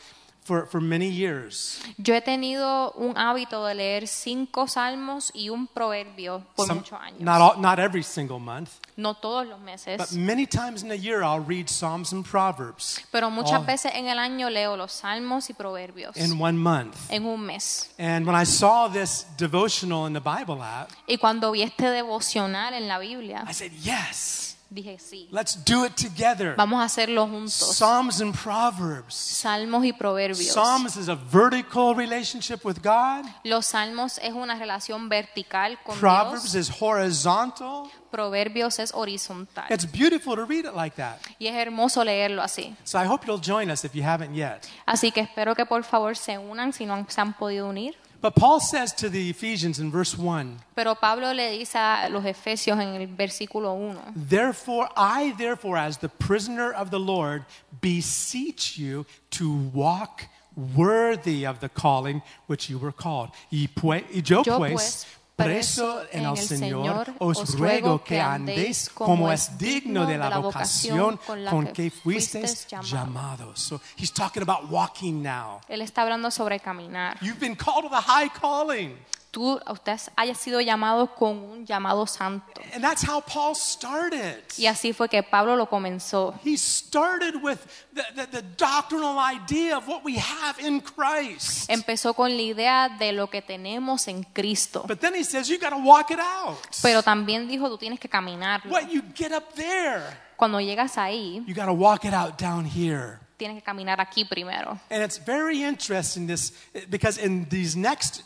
Speaker 1: for, for many years.
Speaker 2: Yo he tenido un hábito de leer cinco salmos y un proverbio por
Speaker 1: Some-
Speaker 2: muchos años.
Speaker 1: not, all, not every single month,
Speaker 2: no todos los meses,
Speaker 1: but many times in a year I'll read Psalms and Proverbs
Speaker 2: pero muchas
Speaker 1: all-
Speaker 2: veces en el año leo los salmos y proverbios
Speaker 1: in one month.
Speaker 2: en un mes.
Speaker 1: And when I saw this devotional in the Bible app,
Speaker 2: Y cuando vi este devocional en la Biblia,
Speaker 1: I said, Yes,
Speaker 2: dije sí,
Speaker 1: let's do it together.
Speaker 2: vamos a hacerlo juntos.
Speaker 1: Psalms and Proverbs.
Speaker 2: Salmos y proverbios.
Speaker 1: Psalms is a vertical relationship with God.
Speaker 2: Los salmos es una relación vertical con
Speaker 1: Proverbs
Speaker 2: Dios.
Speaker 1: is horizontal.
Speaker 2: Proverbios es horizontal.
Speaker 1: It's beautiful to read it like that.
Speaker 2: y es hermoso leerlo así.
Speaker 1: So I hope you'll join us if you haven't yet.
Speaker 2: Así que espero que por favor se unan si no han- se han podido unir.
Speaker 1: But Paul says to the Ephesians in verse 1
Speaker 2: Pero Pablo le dice a los Efesios en el versículo 1,
Speaker 1: Therefore, I, therefore, as the prisoner of the Lord, beseech you to walk worthy of the calling which you were called. Y, pue- y yo,
Speaker 2: Yo,
Speaker 1: pues,
Speaker 2: pues,
Speaker 1: preso en el Señor, os ruego que andéis como es digno de la vocación
Speaker 2: con la
Speaker 1: con que
Speaker 2: que
Speaker 1: fuisteis
Speaker 2: fuisteis
Speaker 1: llamados. So he's talking about walking now.
Speaker 2: él está hablando sobre caminar.
Speaker 1: You've been called to the high calling.
Speaker 2: Tú, usted haya sido llamado con un llamado santo.
Speaker 1: And that's how Paul started.
Speaker 2: Y así fue que Pablo lo comenzó.
Speaker 1: He started with the, the, the doctrinal idea of what we have in Christ.
Speaker 2: Empezó con la idea de lo que tenemos en Cristo.
Speaker 1: But then he says, you got to walk it out.
Speaker 2: Pero también dijo, tú tienes que caminarlo.
Speaker 1: What you get up there,
Speaker 2: Cuando llegas ahí,
Speaker 1: you got to walk it out down here.
Speaker 2: tienes que caminar aquí primero.
Speaker 1: And it's very interesting this because in these next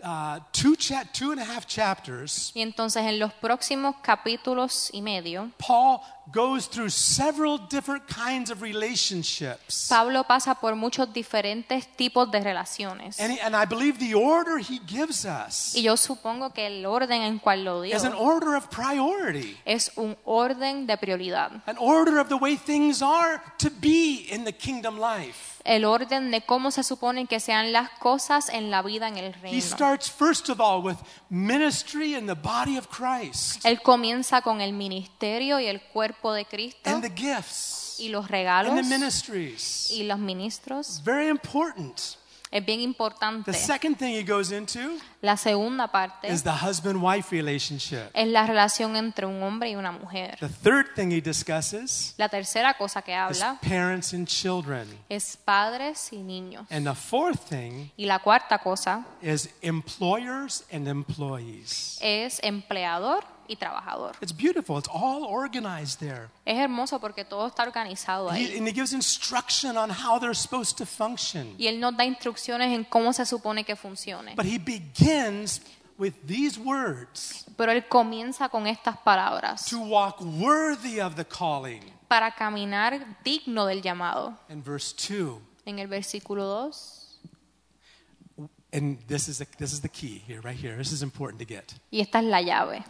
Speaker 1: uh, two cha- two and a half chapters,
Speaker 2: Y entonces en los próximos capítulos y medio,
Speaker 1: Paul goes through several different kinds of relationships.
Speaker 2: Pablo pasa por muchos diferentes tipos de relaciones.
Speaker 1: And, he- and I believe the order he gives us
Speaker 2: Y yo supongo que el orden en cual lo dio
Speaker 1: is an order of priority.
Speaker 2: es un orden de prioridad,
Speaker 1: an order of the way things are to be in the kingdom life.
Speaker 2: el orden de cómo se supone que sean las cosas en la vida en el
Speaker 1: He
Speaker 2: reino.
Speaker 1: starts first of all with ministry in the body of Christ
Speaker 2: Él comienza con el ministerio y el cuerpo de Cristo
Speaker 1: and the gifts
Speaker 2: y los
Speaker 1: and the
Speaker 2: regalos
Speaker 1: ministries.
Speaker 2: y los ministros.
Speaker 1: Very important.
Speaker 2: Es bien importante.
Speaker 1: The second thing he goes into
Speaker 2: La segunda parte
Speaker 1: is the husband wife relationship.
Speaker 2: es la relación entre un hombre y una mujer.
Speaker 1: The third thing he discusses
Speaker 2: La tercera cosa que
Speaker 1: is
Speaker 2: habla
Speaker 1: parents and children.
Speaker 2: es padres y niños.
Speaker 1: And the fourth thing
Speaker 2: Y la cuarta cosa
Speaker 1: is employers and employees.
Speaker 2: es empleador y trabajador.
Speaker 1: It's beautiful, it's all organized there.
Speaker 2: Es hermoso porque todo está organizado
Speaker 1: He,
Speaker 2: ahí.
Speaker 1: and he gives instruction on how they're supposed to function.
Speaker 2: Y él nos da instrucciones en cómo se supone que funcione.
Speaker 1: But he begins with these words
Speaker 2: Pero él comienza con estas palabras.
Speaker 1: to walk worthy of the calling
Speaker 2: Para caminar digno del llamado.
Speaker 1: in verse 2.
Speaker 2: En el versículo 2.
Speaker 1: And this is, the, this is the key here, right here. This is important to get.
Speaker 2: Y esta es la llave.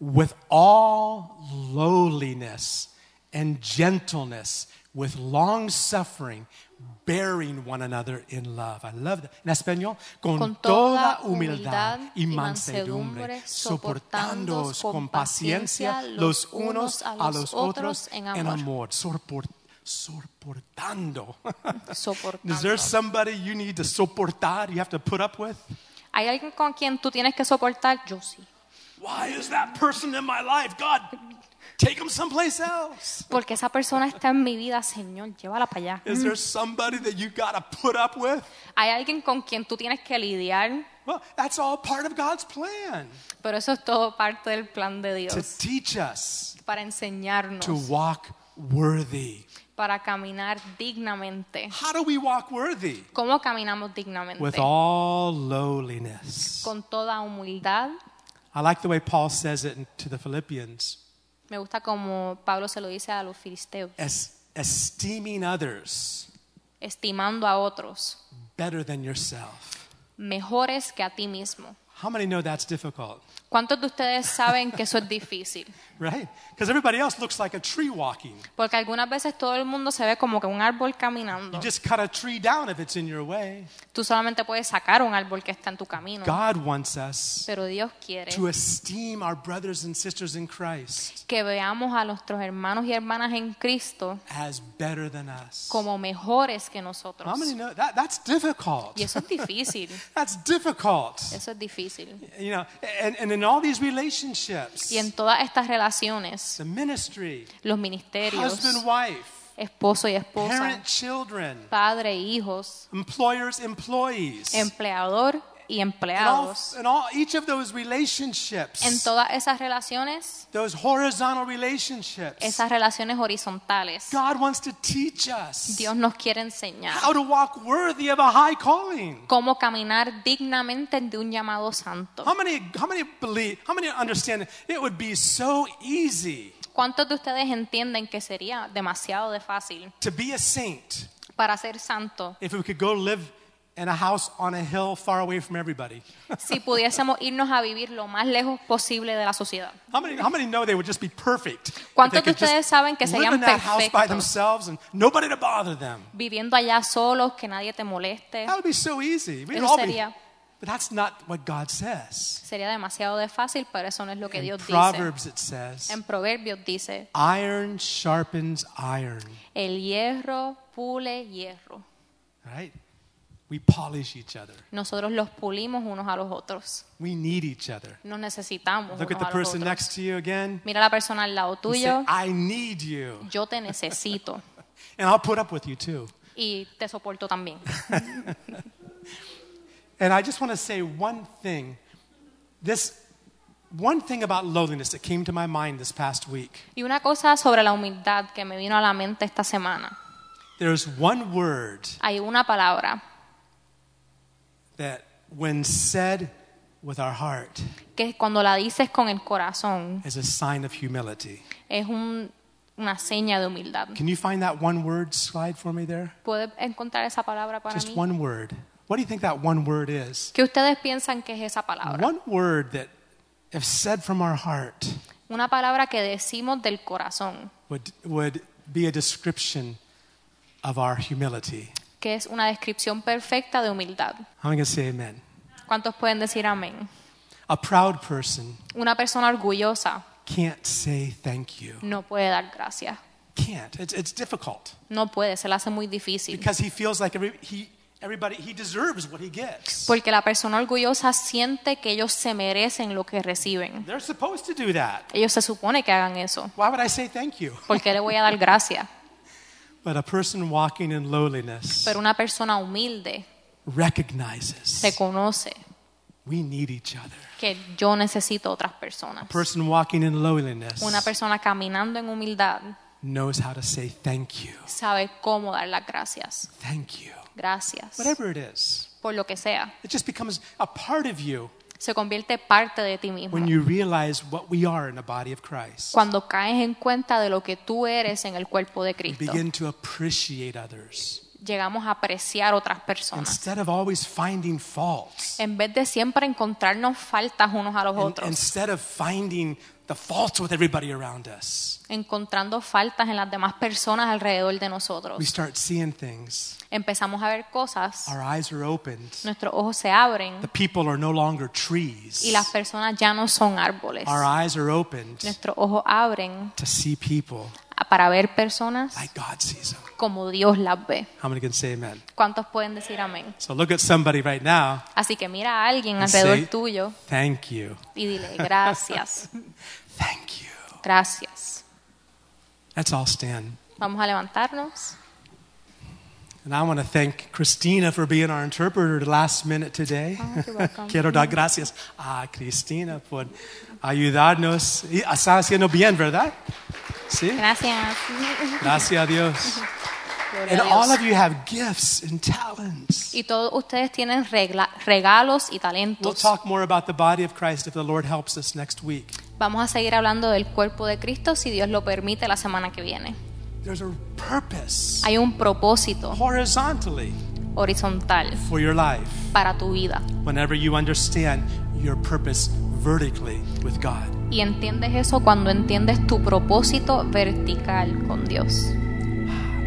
Speaker 1: With all lowliness and gentleness, with long suffering, bearing one another in love. I love that. En español, con,
Speaker 2: Con
Speaker 1: toda
Speaker 2: toda
Speaker 1: humildad y
Speaker 2: humildad y
Speaker 1: mansedumbre,
Speaker 2: mansedumbre,
Speaker 1: soportándoos con paciencia los unos a los otros en amor. Sopor- soportando. <laughs> Is there
Speaker 2: Soportando.
Speaker 1: somebody you need to soportar, you have to put up with?
Speaker 2: ¿Hay alguien con quien tú tienes que soportar? Yo sí.
Speaker 1: Why is that person in my life? God, take him someplace else.
Speaker 2: Porque esa persona está en mi vida, Señor, llévala para allá.
Speaker 1: Is there somebody that you got to put up with?
Speaker 2: Hay alguien con quien tú tienes que lidiar,
Speaker 1: Well, that's all part of God's plan
Speaker 2: pero eso es todo parte del plan de
Speaker 1: to
Speaker 2: Dios
Speaker 1: teach us
Speaker 2: para enseñarnos,
Speaker 1: to walk worthy.
Speaker 2: para caminar dignamente.
Speaker 1: How do we walk worthy?
Speaker 2: ¿Cómo caminamos dignamente?
Speaker 1: With all lowliness.
Speaker 2: Con toda humildad.
Speaker 1: I like the way Paul says it in- to the Philippians
Speaker 2: Me gusta como Pablo se lo dice a los filisteos,
Speaker 1: as esteeming others
Speaker 2: estimando a otros
Speaker 1: better than yourself.
Speaker 2: mejores que a ti mismo.
Speaker 1: How many know that's difficult,
Speaker 2: ¿Cuántos de ustedes saben que eso es difícil?
Speaker 1: right? Because everybody else looks like a tree walking.
Speaker 2: Porque algunas veces todo el mundo se ve como que un árbol
Speaker 1: You
Speaker 2: caminando.
Speaker 1: just cut a tree down if it's in your way.
Speaker 2: Tú solamente puedes sacar un árbol que está en tu camino.
Speaker 1: God wants us
Speaker 2: Pero Dios quiere
Speaker 1: to esteem our brothers and sisters in Christ
Speaker 2: que veamos a nuestros hermanos y hermanas en Cristo
Speaker 1: as better than us.
Speaker 2: como mejores que
Speaker 1: How
Speaker 2: nosotros.
Speaker 1: many know that? That's difficult.
Speaker 2: Y eso es difícil.
Speaker 1: That's difficult.
Speaker 2: Eso es difícil.
Speaker 1: You know, and, and in all these relationships,
Speaker 2: Y en todas estas relaciones,
Speaker 1: the ministry,
Speaker 2: los ministerios,
Speaker 1: husband, wife,
Speaker 2: esposo y esposa,
Speaker 1: parent, children,
Speaker 2: padre e hijos,
Speaker 1: employers, employees,
Speaker 2: empleador y
Speaker 1: and all,
Speaker 2: empleados,
Speaker 1: and all each of those
Speaker 2: en
Speaker 1: relationships,
Speaker 2: todas esas relaciones,
Speaker 1: those horizontal relationships,
Speaker 2: esas relaciones horizontales,
Speaker 1: God wants to teach us
Speaker 2: Dios nos quiere enseñar
Speaker 1: how to walk worthy of a high calling.
Speaker 2: cómo caminar dignamente de un llamado santo.
Speaker 1: How many, how many believe, how many understand it would be so easy
Speaker 2: ¿Cuántos de ustedes entienden que sería demasiado de fácil
Speaker 1: to be a saint
Speaker 2: para ser santo
Speaker 1: if we could go live in a house on a hill far away from everybody?
Speaker 2: si pudiésemos irnos a vivir lo más lejos posible de la sociedad?
Speaker 1: How many, how many know they would just be perfect? if
Speaker 2: ¿Cuántos
Speaker 1: they
Speaker 2: de
Speaker 1: could just
Speaker 2: ustedes saben que
Speaker 1: live
Speaker 2: serían
Speaker 1: in that house by
Speaker 2: perfectos?
Speaker 1: themselves and nobody to bother them?
Speaker 2: Viviendo allá solos, que nadie te moleste,
Speaker 1: That would be so easy. We'd
Speaker 2: Eso
Speaker 1: all be,
Speaker 2: sería.
Speaker 1: but that's not what God says.
Speaker 2: sería demasiado de fácil, pero eso no es lo que
Speaker 1: In
Speaker 2: Dios dice.
Speaker 1: Proverbs it says,
Speaker 2: En Proverbios dice,
Speaker 1: iron sharpens iron,
Speaker 2: el hierro pule hierro.
Speaker 1: right? We polish each other.
Speaker 2: Nosotros los pulimos unos a los otros.
Speaker 1: We need each other.
Speaker 2: Nos necesitamos
Speaker 1: Look at
Speaker 2: unos
Speaker 1: the "Ah".
Speaker 2: a los
Speaker 1: person
Speaker 2: otros.
Speaker 1: next to you again.
Speaker 2: Mira a la persona al lado
Speaker 1: and say,
Speaker 2: tuyo,
Speaker 1: I need you.
Speaker 2: yo te necesito
Speaker 1: And I'll put up with you too.
Speaker 2: y te soporto también.
Speaker 1: And I just want to say one thing. This one thing about lowliness that came to my mind this past week.
Speaker 2: Y una cosa sobre la humildad que me vino a la mente esta semana.
Speaker 1: There's one word
Speaker 2: Hay una palabra
Speaker 1: that, when said with our heart,
Speaker 2: que cuando la dices con el corazón
Speaker 1: is a sign of humility.
Speaker 2: es un- una seña de humildad.
Speaker 1: Can you find that one word slide for me there?
Speaker 2: ¿Puedes encontrar esa palabra para
Speaker 1: Just
Speaker 2: mí?
Speaker 1: one word. What do you think that one word is?
Speaker 2: ¿Qué ustedes piensan que es esa palabra?
Speaker 1: One word that, if said from our heart,
Speaker 2: Una palabra que decimos del corazón,
Speaker 1: would, would be a description of our humility.
Speaker 2: que es una descripción perfecta de humildad.
Speaker 1: I'm going to say amen.
Speaker 2: ¿Cuántos pueden decir amén?
Speaker 1: A proud person
Speaker 2: Una persona orgullosa
Speaker 1: can't say thank you.
Speaker 2: no puede dar gracias.
Speaker 1: Can't. It's, it's difficult
Speaker 2: No puede, se la hace muy difícil.
Speaker 1: because he feels like every, he, everybody, he deserves what he gets.
Speaker 2: Porque la persona orgullosa siente que ellos se merecen lo que reciben.
Speaker 1: They're supposed to do that.
Speaker 2: Ellos se supone que hagan eso.
Speaker 1: Why would I say thank you?
Speaker 2: ¿Por qué le voy a dar gracias?
Speaker 1: But a person walking in lowliness
Speaker 2: Pero una persona humilde
Speaker 1: recognizes
Speaker 2: reconoce
Speaker 1: we need each other.
Speaker 2: que yo necesito otras personas.
Speaker 1: Person walking in
Speaker 2: Una
Speaker 1: lowliness
Speaker 2: persona caminando en humildad
Speaker 1: knows how to say thank you.
Speaker 2: sabe cómo dar las gracias.
Speaker 1: Thank you.
Speaker 2: Gracias.
Speaker 1: Whatever it is.
Speaker 2: Por lo que sea.
Speaker 1: It just becomes a part of you
Speaker 2: Se convierte parte de ti
Speaker 1: when
Speaker 2: mismo.
Speaker 1: you realize what we are in the body of Christ.
Speaker 2: Cuando caes en cuenta de lo que tú eres en el cuerpo de
Speaker 1: We
Speaker 2: Cristo,
Speaker 1: begin to appreciate others
Speaker 2: llegamos a apreciar otras personas.
Speaker 1: instead of always finding faults.
Speaker 2: En vez de siempre encontrarnos faltas unos a los
Speaker 1: And-
Speaker 2: otros,
Speaker 1: instead of finding the faults with everybody around us,
Speaker 2: encontrando faltas en las demás personas alrededor de
Speaker 1: we
Speaker 2: nosotros,
Speaker 1: start seeing things.
Speaker 2: empezamos a ver cosas
Speaker 1: Our eyes are opened.
Speaker 2: Nuestros ojos se abren
Speaker 1: The people are no longer trees.
Speaker 2: y las personas ya no son árboles.
Speaker 1: Our eyes are opened
Speaker 2: Nuestros ojos abren
Speaker 1: to see people
Speaker 2: a- para ver personas
Speaker 1: like God sees them.
Speaker 2: como Dios las ve.
Speaker 1: How many can say amen?
Speaker 2: ¿Cuántos pueden decir amén?
Speaker 1: So look at somebody right now.
Speaker 2: Así que mira a alguien
Speaker 1: And say-
Speaker 2: alrededor tuyo
Speaker 1: Thank you.
Speaker 2: y dile
Speaker 1: <laughs>
Speaker 2: gracias,
Speaker 1: Thank you.
Speaker 2: gracias.
Speaker 1: Let's all stand.
Speaker 2: Vamos a levantarnos.
Speaker 1: And I want to thank Christina for being our interpreter last minute today.
Speaker 2: Ah, you're welcome.
Speaker 1: <laughs> Quiero dar gracias a Cristina por ayudarnos. Y ah, está haciendo bien, ¿verdad? Sí.
Speaker 2: Gracias.
Speaker 1: Gracias a Dios.
Speaker 2: Gloria
Speaker 1: And
Speaker 2: a Dios.
Speaker 1: all of you have gifts and talents.
Speaker 2: Y todos ustedes tienen regla- regalos y
Speaker 1: We'll
Speaker 2: talentos.
Speaker 1: talk more about the body of Christ if the Lord helps us next week.
Speaker 2: Vamos a seguir hablando del cuerpo de Cristo si Dios lo permite la semana que viene.
Speaker 1: There's a purpose
Speaker 2: Hay un propósito
Speaker 1: horizontally
Speaker 2: horizontal
Speaker 1: for your life.
Speaker 2: para tu vida
Speaker 1: whenever you understand your purpose vertically with God.
Speaker 2: y entiendes eso cuando entiendes tu propósito vertical con Dios.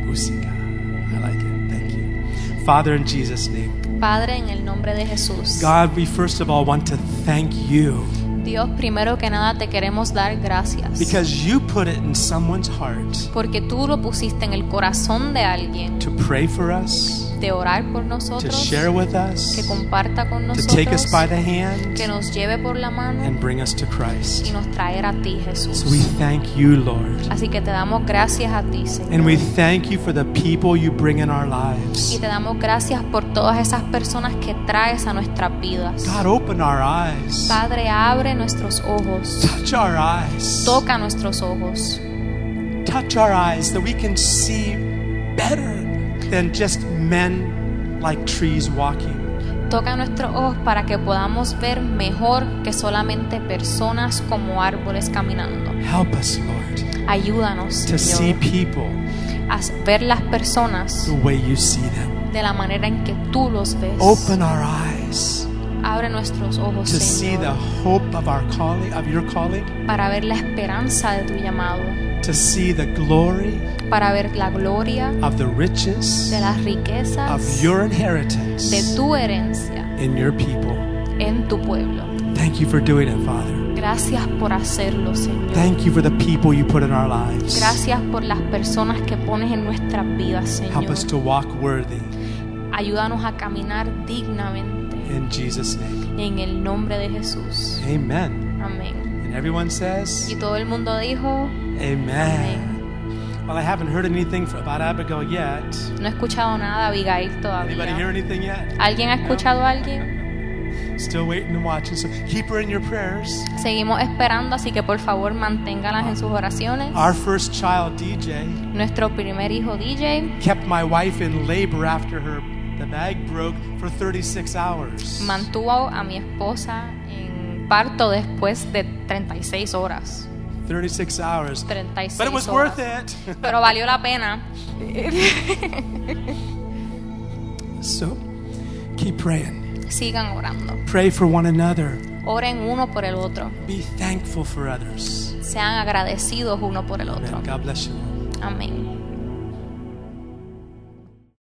Speaker 1: Musica. I like it. Thank you. Father, in Jesus' name,
Speaker 2: Padre, en el nombre de Jesús,
Speaker 1: God, we first of all want to thank you
Speaker 2: Dios, primero que nada te queremos dar gracias
Speaker 1: because you put it in someone's heart
Speaker 2: porque tú lo pusiste en el corazón de alguien
Speaker 1: to pray for us,
Speaker 2: de orar por
Speaker 1: to
Speaker 2: nosotros,
Speaker 1: share with us,
Speaker 2: que comparta con
Speaker 1: to take us
Speaker 2: nosotros,
Speaker 1: by the
Speaker 2: que
Speaker 1: hand,
Speaker 2: nos lleve por la mano
Speaker 1: and bring us to
Speaker 2: y
Speaker 1: Christ.
Speaker 2: nos traer a ti, Jesús.
Speaker 1: So we thank you, Lord.
Speaker 2: Así que te damos gracias a ti, Señor.
Speaker 1: And we thank you for the people you bring in our
Speaker 2: Y
Speaker 1: lives.
Speaker 2: te damos gracias por todas esas personas que traes a nuestras vidas.
Speaker 1: God, open our eyes.
Speaker 2: Padre, abre nuestros ojos.
Speaker 1: Touch our eyes.
Speaker 2: Toca nuestros ojos.
Speaker 1: touch our eyes that we can see better than just men like trees walking.
Speaker 2: Toca nuestros ojos para que podamos ver mejor que solamente personas como árboles caminando.
Speaker 1: Help us, Lord,
Speaker 2: Ayúdanos,
Speaker 1: to see
Speaker 2: Señor,
Speaker 1: people
Speaker 2: a ver las personas
Speaker 1: the way you see them.
Speaker 2: de la manera en que tú los ves.
Speaker 1: Open our eyes
Speaker 2: Abre nuestros ojos,
Speaker 1: to see the
Speaker 2: Señor,
Speaker 1: hope of our calling, of your calling,
Speaker 2: para ver la esperanza de tu llamado,
Speaker 1: to see the glory
Speaker 2: para ver la gloria
Speaker 1: of the riches
Speaker 2: de las
Speaker 1: of
Speaker 2: riquezas
Speaker 1: your
Speaker 2: de
Speaker 1: inheritance
Speaker 2: tu herencia
Speaker 1: in your people.
Speaker 2: en tu pueblo.
Speaker 1: Thank you for doing it, Father.
Speaker 2: Gracias por hacerlo, Señor.
Speaker 1: Thank you for the people you put in our lives.
Speaker 2: Gracias por las personas que pones en nuestras vidas, Señor.
Speaker 1: Help us to walk worthy
Speaker 2: Ayúdanos a caminar dignamente
Speaker 1: in Jesus' name.
Speaker 2: en el nombre de Jesús.
Speaker 1: Amen.
Speaker 2: Amén.
Speaker 1: And everyone says,
Speaker 2: Y todo el mundo dijo,
Speaker 1: Amen. Well, I haven't heard anything for, about Abigail yet.
Speaker 2: no he escuchado nada de Abigail
Speaker 1: Anybody hear
Speaker 2: todavía.
Speaker 1: anything yet?
Speaker 2: ¿Alguien ha escuchado a alguien?
Speaker 1: Still waiting and watching. So keep her in your prayers.
Speaker 2: Seguimos esperando, así que por favor manténgalas en sus oraciones.
Speaker 1: Our first child, DJ,
Speaker 2: Nuestro primer hijo DJ
Speaker 1: kept my wife in labor after her the bag broke for 36 hours.
Speaker 2: mantuvo a mi esposa en parto después de 36 horas.
Speaker 1: 36 hours.
Speaker 2: 36
Speaker 1: But it was
Speaker 2: horas.
Speaker 1: worth it. <laughs>
Speaker 2: Pero valió la pena. <laughs>
Speaker 1: so keep praying.
Speaker 2: Sigan orando.
Speaker 1: Pray for one another.
Speaker 2: Oren uno por el otro.
Speaker 1: Be thankful for others.
Speaker 2: Sean agradecidos uno por el otro.
Speaker 1: Amen. God bless you.
Speaker 2: Amén.